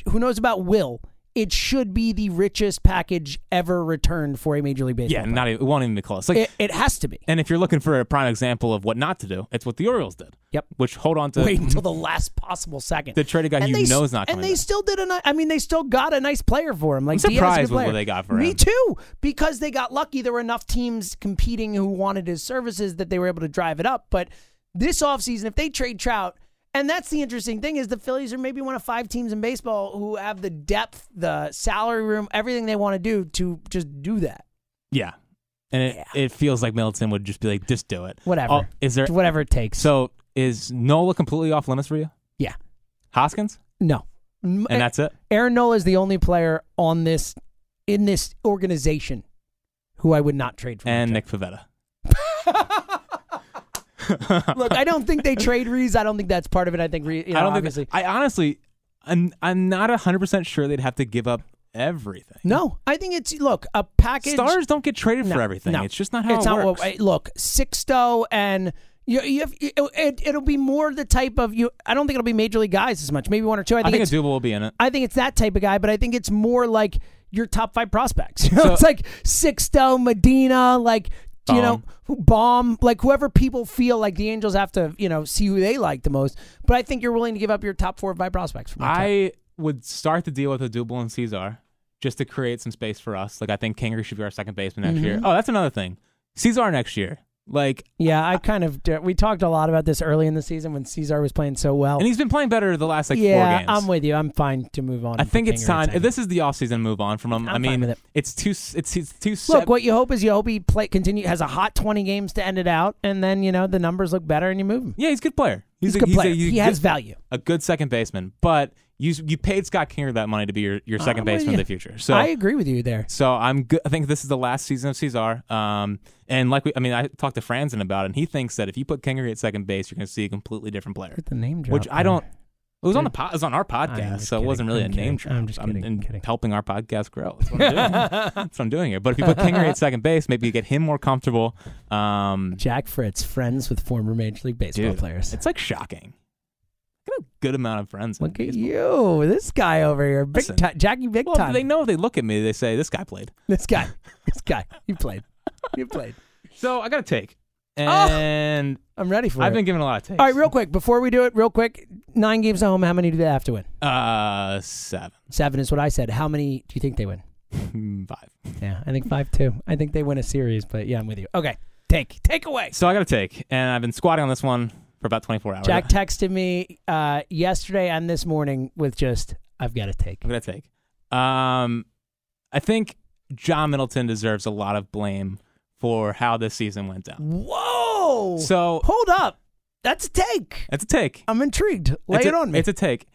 who knows about Will? It should be the richest package ever returned for a major league baseball.
yeah, not even, it won't even be close. Like
player. it, it has to be.
And if you're looking for a prime example of what not to do, it's what the Orioles did.
Yep.
Which hold on to
Wait until the last possible second.
They trade a guy
and
you
they,
know
s-
is not
And
coming
they
back.
still did a. ni- I mean, they still got a nice player for him. Like Diaz is a good
surprised with what
player.
they got for
Me
him.
too, because they got lucky. There were enough teams competing who wanted his services that they were able to drive it up. But this offseason, if they trade Trout, and that's the interesting thing is the Phillies are maybe one of five teams in baseball who have the depth, the salary room, everything they want to do to just do that.
yeah. And it, it feels like Middleton would just be like, just do it.
Whatever.
Oh, is there
Whatever it takes.
so is Nola completely off limits for you?
yeah,
Hoskins?
no. M- eh,
And that's it?
Aaron Nola is the only player on this in this organization who I would not trade for.
And Nick Pavetta.
Look, I don't think they trade Reese. I don't think that's part of it. I think Reese. You know,
I don't
obviously.
think I honestly I'm I'm not hundred percent sure they'd have to give up everything.
no, I think it's look a package.
Stars don't get traded
No,
for everything.
no.
It's just not how
it's
it
not
works.
What, look, Sixto and you, you have, you- it, it'll be more the type of you. I don't think it'll be major league guys as much. Maybe one or two. I
I
think,
think a
it's.
Duba will be in it.
I think it's that type of guy, but I think it's more like your top five prospects. You know,
So-
it's like Sixto, Medina, like you know, Bomb, like whoever people feel like the Angels have to, you know, see who they like the most. But I think you're willing to give up your top four or five prospects. For Mike Trout.
I would start the deal with a Duble and Cesar just to create some space for us. Like I think Kingery should be our second baseman next
Mm-hmm.
year. Oh, that's another thing. Cesar next year. Like
Yeah, I kind of we talked a lot about this early in the season when Cesar was playing so well.
and he's been playing better the last like four
Oh. yeah,
games.
I'm with you. I'm fine to move on.
I
and
think
put
it's
Kingery
time.
second.
This is the offseason move on from him.
I'm
I mean,
fine with it.
it's too s- it's it's too
Look,
sep-
what you hope is you hope he play continue has a hot 20 games to end it out, and then you know the numbers look better and you move him.
Yeah, he's a good player.
He's,
He's,
a good player.
he's
he
good-
has value.
a good second baseman, but you you paid Scott Kinger that money to be your, your second
I'm with
baseman
you.
of the future. So
I agree with you there.
so I'm good. I think this is the last season of Cesar. Um, and like we, I mean, I talked to Franzen about it, and he thinks that if you put Kingery at second base, you're going to see a completely different player.
Put the name drop.
Which I
there.
don't. It was on the pod, it was on our
I'm
podcast,
just
so it wasn't
kidding.
really
I'm
a
kidding.
name drop.
I'm just kidding. I'm kidding.
helping our podcast grow. That's what I'm doing. That's what I'm doing here. But if you put Kingery at second base, maybe you get him more comfortable. Um,
Jack Fritz, friends with former Major League Baseball
Dude,
players.
It's like shocking. I got a good amount of friends. in
Look at
baseball.
you, this guy over here, big
Listen.
time, Jackie, big
Well,
time.
they know if they look at me, they say this guy played.
This guy, this guy, you played, you played.
So I got a take, Oh!
Oh!
and
I'm ready for
I've
it.
been given a lot of takes.
All right, real quick before we do it, real quick, nine games at home. How many do they have to win?
Uh, seven,
Seven is what I said. How many do you think they win?
five.
Yeah, I think five two. I think they win a series, but yeah, I'm with you. Okay, take take away.
So I got a take, and I've been squatting on this one for about 24 hours.
Jack texted me uh, yesterday and this morning with just I've got to take.
I'm gonna take. Um, I think John Middleton deserves a lot of blame for how this season went down.
Whoa!
So
hold up, that's a take.
it's a take.
I'm intrigued. Lay
It's
it
a-
on me.
It's a take.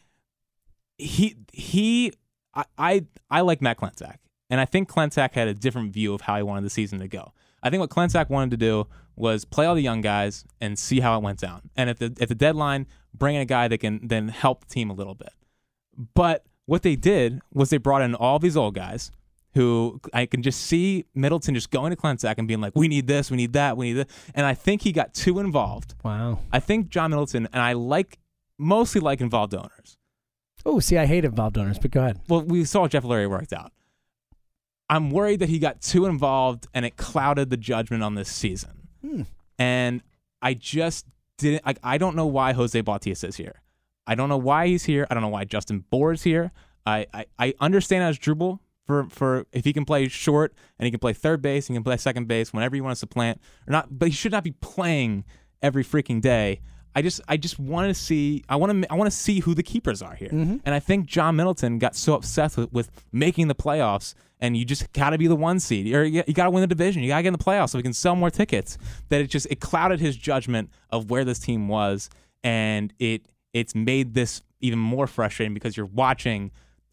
He he. I I, I like Matt Klentak, and I think Klentak had a different view of how he wanted the season to go. I think what Klentak wanted to do was play all the young guys and see how it went down, and at the at the deadline, bring in a guy that can then help the team a little bit. But what they did was they brought in all these old guys who I can just see Middleton just going to Klentak and being like, "We need this, we need that, we need this," and I think he got too involved.
wow.
I think John Middleton and I like mostly like involved owners.
Oh, see, I hate involved owners, but go ahead.
Well, we saw Jeff Lurie worked out. I'm worried that he got too involved and it clouded the judgment on this season.
Hmm.
And I just didn't like I don't know why Jose Bautista is here. I don't know why he's here. I don't know why Justin Bohr's here. I, I, I understand as Drupal for, for if he can play short and he can play third base, he can play second base whenever you want to supplant or not, but he should not be playing every freaking day. I just I just want to see I want to I want to see who the keepers are here, and I think John Middleton got so obsessed with, with making the playoffs, and you just got to be the one seed, or you, you got to win the division, you got to get in the playoffs so we can sell more tickets. That it just it clouded his judgment of where this team was, and it it's made this even more frustrating because you're watching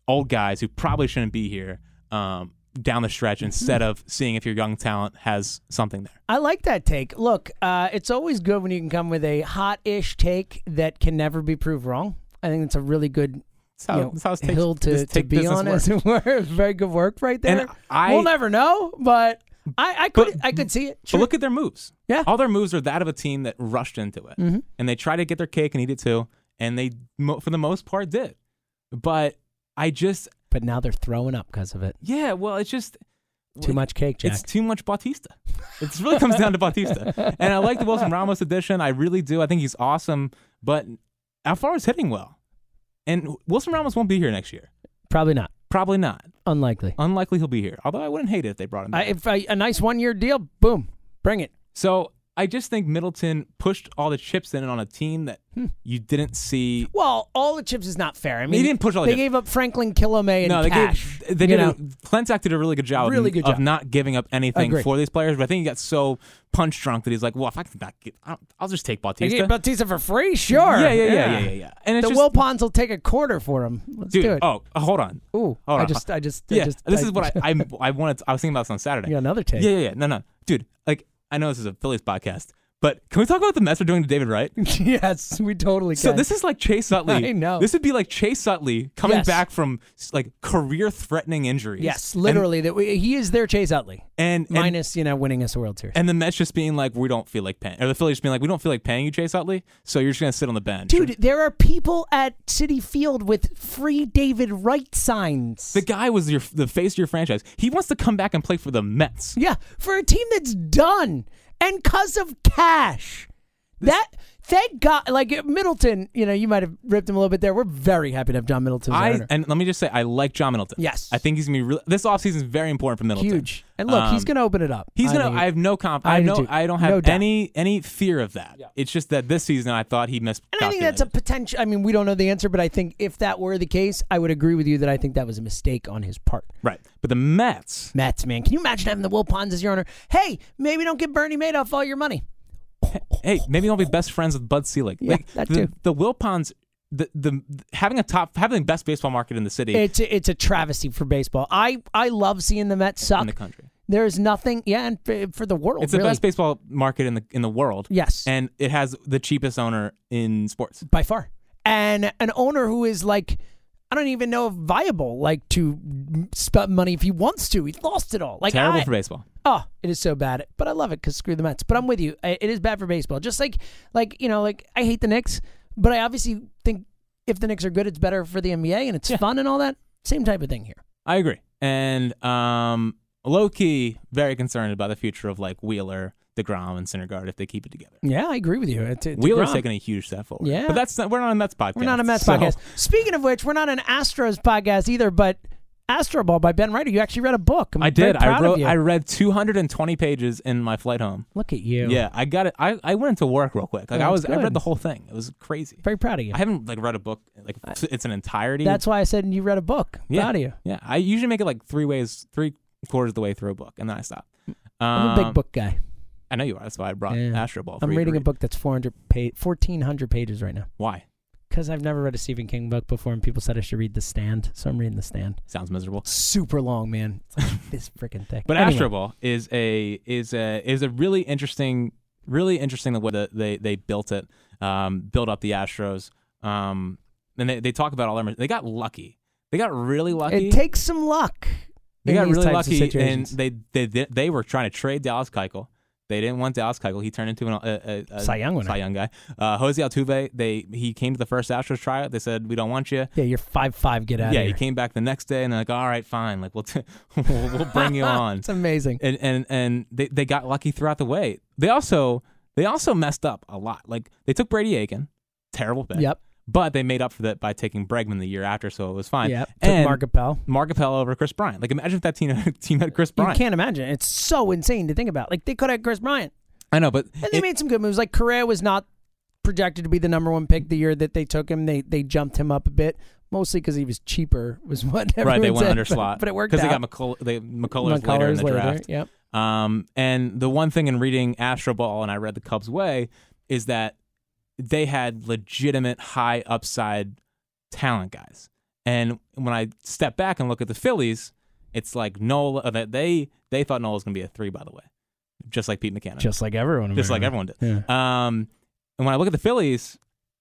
old guys who probably shouldn't be here um, down the stretch
Mm-hmm.
instead of seeing if your young talent has something there.
I like that take. Look, uh, it's always good when you can come with a hot-ish take that can never be proved wrong. I think it's a really good
That's how,
you know,
that's how this take,
hill
this
to, to
take
be
business
on, as
works.
it were. Very good work right there.
And I-
we'll never know, but I, I could
But-
I could see it.
But
Sure.
look at their moves.
Yeah. Mm-hmm.
All their moves are that of a team that rushed into it. And they tried to get their cake and eat it too. And they, mo- for the most part, did. But I just,
but now they're throwing up because of it.
yeah, well, it's just.
Too much cake, Jack.
It's too much Bautista. It really comes down to Bautista. And I like the Wilson Ramos edition. I really do. I think he's awesome. But Alfaro's hitting well. And Wilson Ramos won't be here next year.
Probably not.
Probably not.
Unlikely.
Unlikely he'll be here. Although I wouldn't hate it if they brought him back.
I, if I, a nice one-year deal, boom, bring it.
So I just think Middleton pushed all the chips in on a team that
Hmm.
you didn't see.
Well, all the chips is not fair. I mean,
didn't push all the
They
chips.
gave up Franklin Kilome and
No, they
cash.
gave. They
you
did.
know?
A, Plentzak did a really good job,
Really
of,
good
of
job.
not giving up anything
Agree.
for these players. But I think he got so punch drunk that he's like, "Well, if I can not get, I'll, I'll just take
They
Bautista."
gave Bautista for free, sure.
yeah, yeah, yeah, yeah, yeah, yeah. And it's
The
just,
Wilpons will take a quarter for him. Let's
dude.
do it.
Oh, hold on.
Ooh,
hold
I
on.
just, I just, I
yeah,
just-
this is what I, I I wanted. I was thinking about this on Saturday.
You got another take.
Yeah, yeah, yeah. No, no, dude. Like, I know this is a Phillies podcast, but can we talk about what the Mets are doing to David Wright?
yes, we totally.
So
can.
this is like Chase Utley.
I know.
This would be like Chase Utley coming
Yes.
back from s- like career-threatening injuries.
Yes, literally. that we, he is their Chase Utley,
And and, and
minus you know winning us a World Series.
and the Mets just being like, we don't feel like paying, or the Phillies just being like, we don't feel like paying you, Chase Utley. So you're just gonna sit on the bench,
Dude, there are people at City Field with free David Wright signs.
The guy was your the face of your franchise. He wants to come back and play for the Mets.
yeah, for a team that's done and cause of cash. That thank God, like Middleton. You know, you might have ripped him a little bit there. We're very happy to have John Middleton. as our
I
owner.
and let me just say, I like John Middleton.
Yes.
I think he's gonna be really, this offseason is very important for Middleton.
huge. And look, he's
Um,
going to open it up.
He's
I
gonna.
think.
I have no comp.
I
I
do
know.
too.
I don't
No
have
doubt.
any any fear of that. It's just that this season I thought he missed.
And I think that's a potential. I mean, we don't know the answer, but I think if that were the case, I would agree with you that I think that was a mistake on his part.
right. But the Mets.
Mets, man, can you imagine having the Wilpons as your owner? Hey, maybe don't give Bernie Madoff all your money.
hey, maybe I'll be best friends with Bud Selig.
Yeah, that
the,
too.
the Wilpons, the, the having a top having the best baseball market in the city
It's a, it's a travesty for baseball. I I love seeing the Mets suck.
in the country.
there is nothing, yeah, and for, for the world,
It's the
really.
best baseball market in the in the world.
Yes.
and it has the cheapest owner in sports.
by far, and an owner who is like, I don't even know if viable, like to spend money if he wants to. He lost it all. Like
Terrible
I-
for baseball.
Oh, it is so bad, but I love it because screw the Mets. But I'm with you. I- It is bad for baseball. Just like, like you know, like I hate the Knicks, but I obviously think if the Knicks are good, it's better for the NBA and it's fun and all that. Same type of thing here.
I agree. And um, low key, very concerned about the future of like Wheeler, Degrom, and Syndergaard if they keep it together.
Yeah, I agree with you. It's, it's
Wheeler's
Grom.
taking a huge step forward.
Yeah.
but that's not, we're not a Mets podcast.
We're not a Mets
so-
podcast. Speaking of which, we're not an Astros podcast either. But Astro Ball by Ben Ryder. You actually read a book. I'm
I
very
did. I
proud of
wrote.
you.
I read 220 pages in my flight home.
Look at you.
Yeah, I got it. I, I went into work real quick. Like I
That's
was. I
good.
read the whole thing. It was crazy.
Very proud of you.
I haven't like read a book like it's an entirety.
That's why I said you read a book.
yeah,
Proud of you.
Yeah, I usually make it like three ways, three quarters of the way through a book, and then I stop. Um,
I'm a big book guy.
I know you are. That's why I brought
Yeah.
Astro Ball. For
I'm
you to
reading a
read.
book that's 400 page, 1400 pages right now.
Why?
Because I've never read a Stephen King book before, and people said I should read The Stand, so I'm reading The Stand.
Sounds miserable.
Super long, man. It's like this freaking thick.
But
anyway,
Astro Ball is a is a is a really interesting, really interesting the way that they they built it, um, built up the Astros, um, and they, they talk about all their they got lucky, they got really lucky,
it takes some luck.
they
in
got
these
really
types of
lucky, and
situations.
they, they they they were trying to trade Dallas Keuchel. They didn't want Dallas Keuchel. He turned into an, a, a, a
Cy Young winner.
Cy Young guy. Uh, Jose Altuve. They he came to the first Astros tryout. They said we don't want you.
yeah, you're five five. Get out.
yeah,
of
he
here.
came back the next day and they're like, all right, fine, like we'll t- we'll, we'll bring you on.
It's amazing.
and and and they, they got lucky throughout the way. They also they also messed up a lot. Like they took Brady Aiken, terrible pick.
Yep.
But they made up for that by taking Bregman the year after, so it was fine.
Yep. Took
And
Mark Appel.
Mark Appel over Chris Bryant. Like imagine if that team team had Chris
You
Bryant.
can't imagine. It's so insane to think about. Like they could have Chris Bryant,
I know, but
and they
it-
made some good moves. Like Correa was not projected to be the number one pick the year that they took him. They they jumped him up a bit, mostly because he was cheaper. Was what
right they
everyone
went
said,
under
but-
slot,
but, it worked out
because they got McCull- they, McCullers, later in
McCullers
the draft.
Yep.
Um, and the one thing in reading Astro Ball, and I read The Cubs Way, is that they had legitimate high upside talent guys. And when I step back and look at the Phillies, it's like Nola uh, that they they thought Nola was going to be a three, by the way, just like Pete McKenna,
Just like everyone. in
just like
America.
everyone did.
Yeah.
Um, and when I look at the Phillies,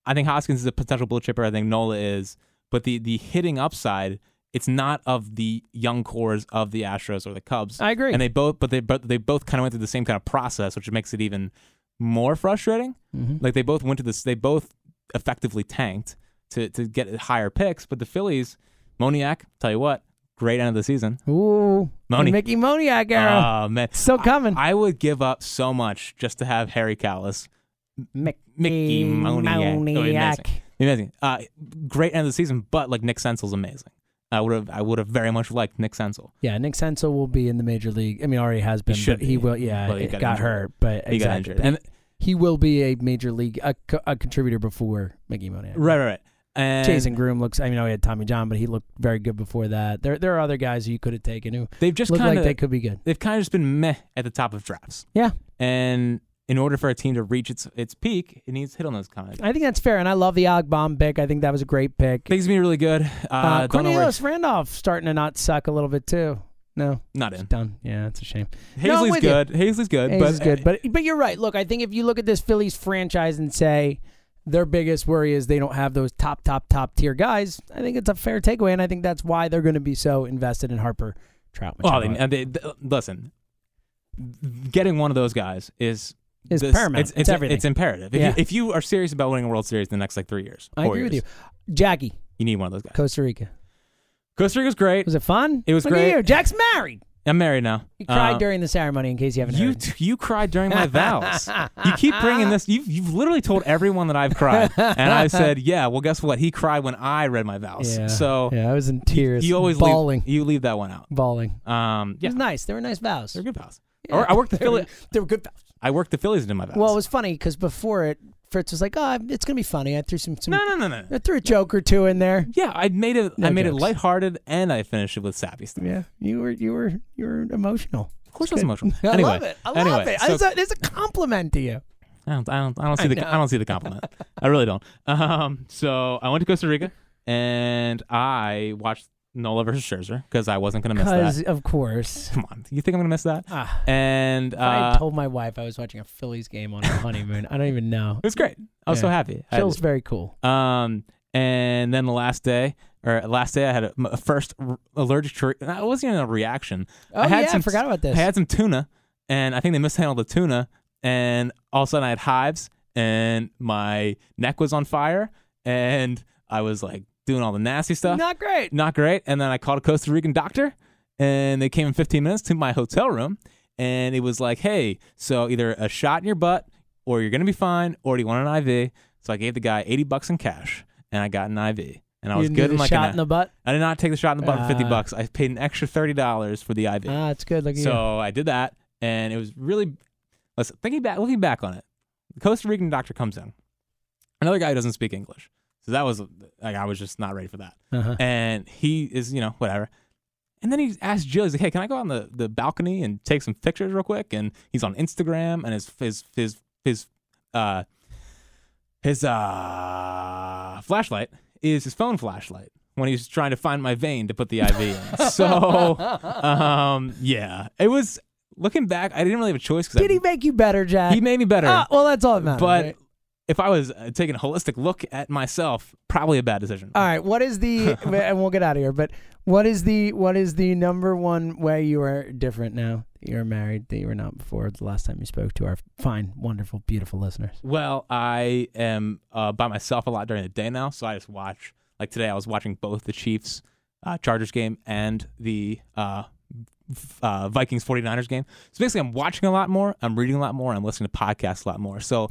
I think Hoskins is a potential blue chipper. I think Nola is, but the the hitting upside, it's not of the young cores of the Astros or the Cubs.
I agree.
And they both, but they but they both kind of went through the same kind of process, which makes it even more frustrating.
Mhm.
Like they both went to this, they both effectively tanked to to get higher picks. But the Phillies, Moniac, tell you what, great end of the season.
Ooh,
Moni.
the Mickey Moniac era.
Oh man,
Still coming.
I would give up so much just to have Harry Callis.
Mickey,
Mickey Moniac. Oh,
Moniac.
amazing. Amazing, uh, great end of the season. But like Nick Sensel's amazing. I would have, I would have very much liked Nick Sensel.
Yeah, Nick Senzel will be in the major league. I mean, already has been.
should
but he
be.
will. Yeah,
Well, he
it got,
got injured.
hurt, but
He got
exactly.
injured, and
he will be a major league a, co- a contributor before Mickey Moniak.
right, right, right. And
Jason Groom looks. I mean, oh, he had Tommy John, but he looked very good before that. There, there are other guys who you could have taken who
they've just
look
kind
like
of
they could be good.
they've kind of just been meh at the top of drafts.
Yeah.
And in order for a team to reach its its peak, it needs to hit on those kind.
I think that's fair, and I love the Alec Bomb pick. I think that was a great pick.
Things being really good. Uh,
Uh,
don't know where
Cornelius Randolph starting to not suck a little bit too. No,
not
it's
in.
done. Yeah, it's a shame. No, I'm
Hazley's
with you.
good. Hazley's good.
Hayes
but, uh,
is good, but but you're right. Look, I think if you look at this Phillies franchise and say their biggest worry is they don't have those top top top tier guys, I think it's a fair takeaway, and I think that's why they're going to be so invested in Harper Troutman.
well, they, and they, th- listen, getting one of those guys is
It's
this-
paramount.
It's,
It's everything.
It's imperative. If,
Yeah.
you, if you are serious about winning a World Series in the next like three years,
I
four
agree with you,
years,
Jackie.
You need one of those guys.
Costa Rica
Costa Rica's great.
was it fun?
It was
Look at
great.
you. Jack's married.
I'm married now.
He cried
Uh,
during the ceremony. In case you haven't
You
heard,
you cried during my vows. You keep bringing this. You've you've literally told everyone that I've cried, and I said, yeah. Well, guess what? He cried when I read my vows.
yeah.
So
yeah, I was in tears.
you always
bawling,
leave, you leave that one out.
bawling.
Um,
It
yeah,
was nice. They were nice vows.
they're good pals.
Yeah.
Or I worked the
They were-
Philly.
They were good vows.
I worked the Phillies into my vows.
Well, it was funny because before it, Fritz was like, "Oh, it's gonna be funny." I threw some, some
no, no, no, no.
I threw a joke or two in there.
Yeah, I made it.
No
I made
jokes.
it lighthearted, and I finished it with sappy stuff.
Yeah, you were, you were, you were emotional.
Of course, I was emotional.
I
anyway,
love it. I love
anyway,
it.
so
it's, a, it's a compliment to you.
I don't, I don't, I don't see
I
the,
know.
I don't see the compliment. I really don't. Um, so I went to Costa Rica and I watched Nola versus Scherzer because I wasn't gonna miss that.
Because of course,
Come on, you think I'm gonna miss that?
ah,
And
if I
uh,
had told my wife I was watching a Phillies game on a honeymoon. I don't even know.
it was great. I was so
Yeah.
happy. I-
Jill's very cool.
Um, and then the last day, or last day, I had a, my first r- allergic. Tre- I wasn't even a reaction.
Oh
I had
yeah,
some
I forgot about this.
I had some tuna, and I think they mishandled the tuna, and all of a sudden I had hives, and my neck was on fire, and I was like doing all the nasty stuff.
Not great.
Not great. And then I called a Costa Rican doctor, and they came in 15 minutes to my hotel room, and it was like, hey, so either a shot in your butt, or you're gonna be fine, or do you want an IV? So I gave the guy 80 bucks in cash, and I got an IV, and I
you
was
didn't
good
do
in
the
like
shot
an.
in the butt.
I did not take the shot in the butt for 50
Ah.
bucks. I paid an extra 30 dollars for the IV.
Ah, it's good. Look at you.
So I did that, and it was really. Listen, thinking back, looking back on it, the Costa Rican doctor comes in, another guy who doesn't speak English, so that was like I was just not ready for that.
Uh-huh.
And he is, you know, whatever. And then he asked Jill, he's like, "Hey, can I go out on the, the balcony and take some pictures real quick?" And he's on Instagram, and his his his his uh his uh flashlight is his phone flashlight when he's trying to find my vein to put the IV in. So
Uh-huh.
um yeah, it was looking back, I didn't really have a choice because
Did he make you better, Jack?
he made me better.
Ah, well, that's all that matters.
but
right?
if I was uh, taking a holistic look at myself, probably a bad decision.
all right, what is the? and we'll get out of here. But what is the? What is the number one way you are different now? that You're married that you were not before the last time you spoke to our fine, wonderful, beautiful listeners.
Well, I am uh, by myself a lot during the day now, so I just watch. Like today, I was watching both the Chiefs uh, Chargers game and the uh, v- uh, Vikings 49ers game. So basically, I'm watching a lot more, I'm reading a lot more, I'm listening to podcasts a lot more. So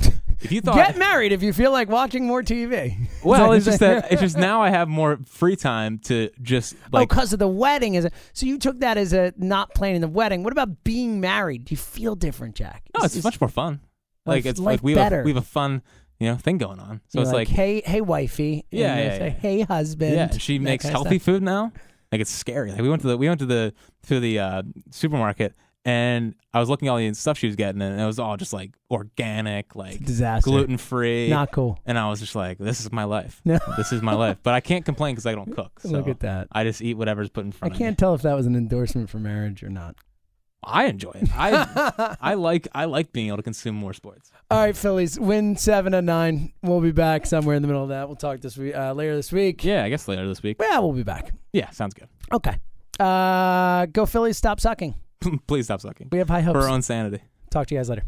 if you thought,
Get married if you feel like watching more Oh, TV.
well, it's just that it's just now I have more free time to just like
oh, because of the wedding is. A, so you took that as a not planning the wedding. What about being married? Do you feel different, Jack?
no,
Is-
it's
is-
much more fun.
Life-
Like it's
life
like we have a,
better.
we have a fun you know thing going on. So
you're
it's like,
hey, hey, wifey. And
Yeah,
they
yeah,
say,
yeah.
Hey, husband.
Yeah, she
that
makes
kinda
healthy
stuff.
food now. Like it's scary. Like we went to the we went to the to the uh, supermarket and I was looking at all the stuff she was getting and it was all just like organic, like
Disaster.
gluten free.
Not cool.
And I was just like, this is my life.
No.
This is my life. But I can't complain because I don't cook. So
Look at that.
I just eat whatever's put in
I
front of me.
can't tell if that was an endorsement for marriage or not.
I enjoy it. I I like I like being able to consume more sports.
All right, Phillies win seven and nine. We'll be back somewhere in the middle of that. We'll talk this week uh, later this week.
Yeah, I guess later this week.
Yeah, we'll be back.
Yeah, sounds good.
Okay. Uh, go Phillies. Stop sucking.
Please stop sucking.
We have high hopes.
For our own sanity.
Talk to you guys later.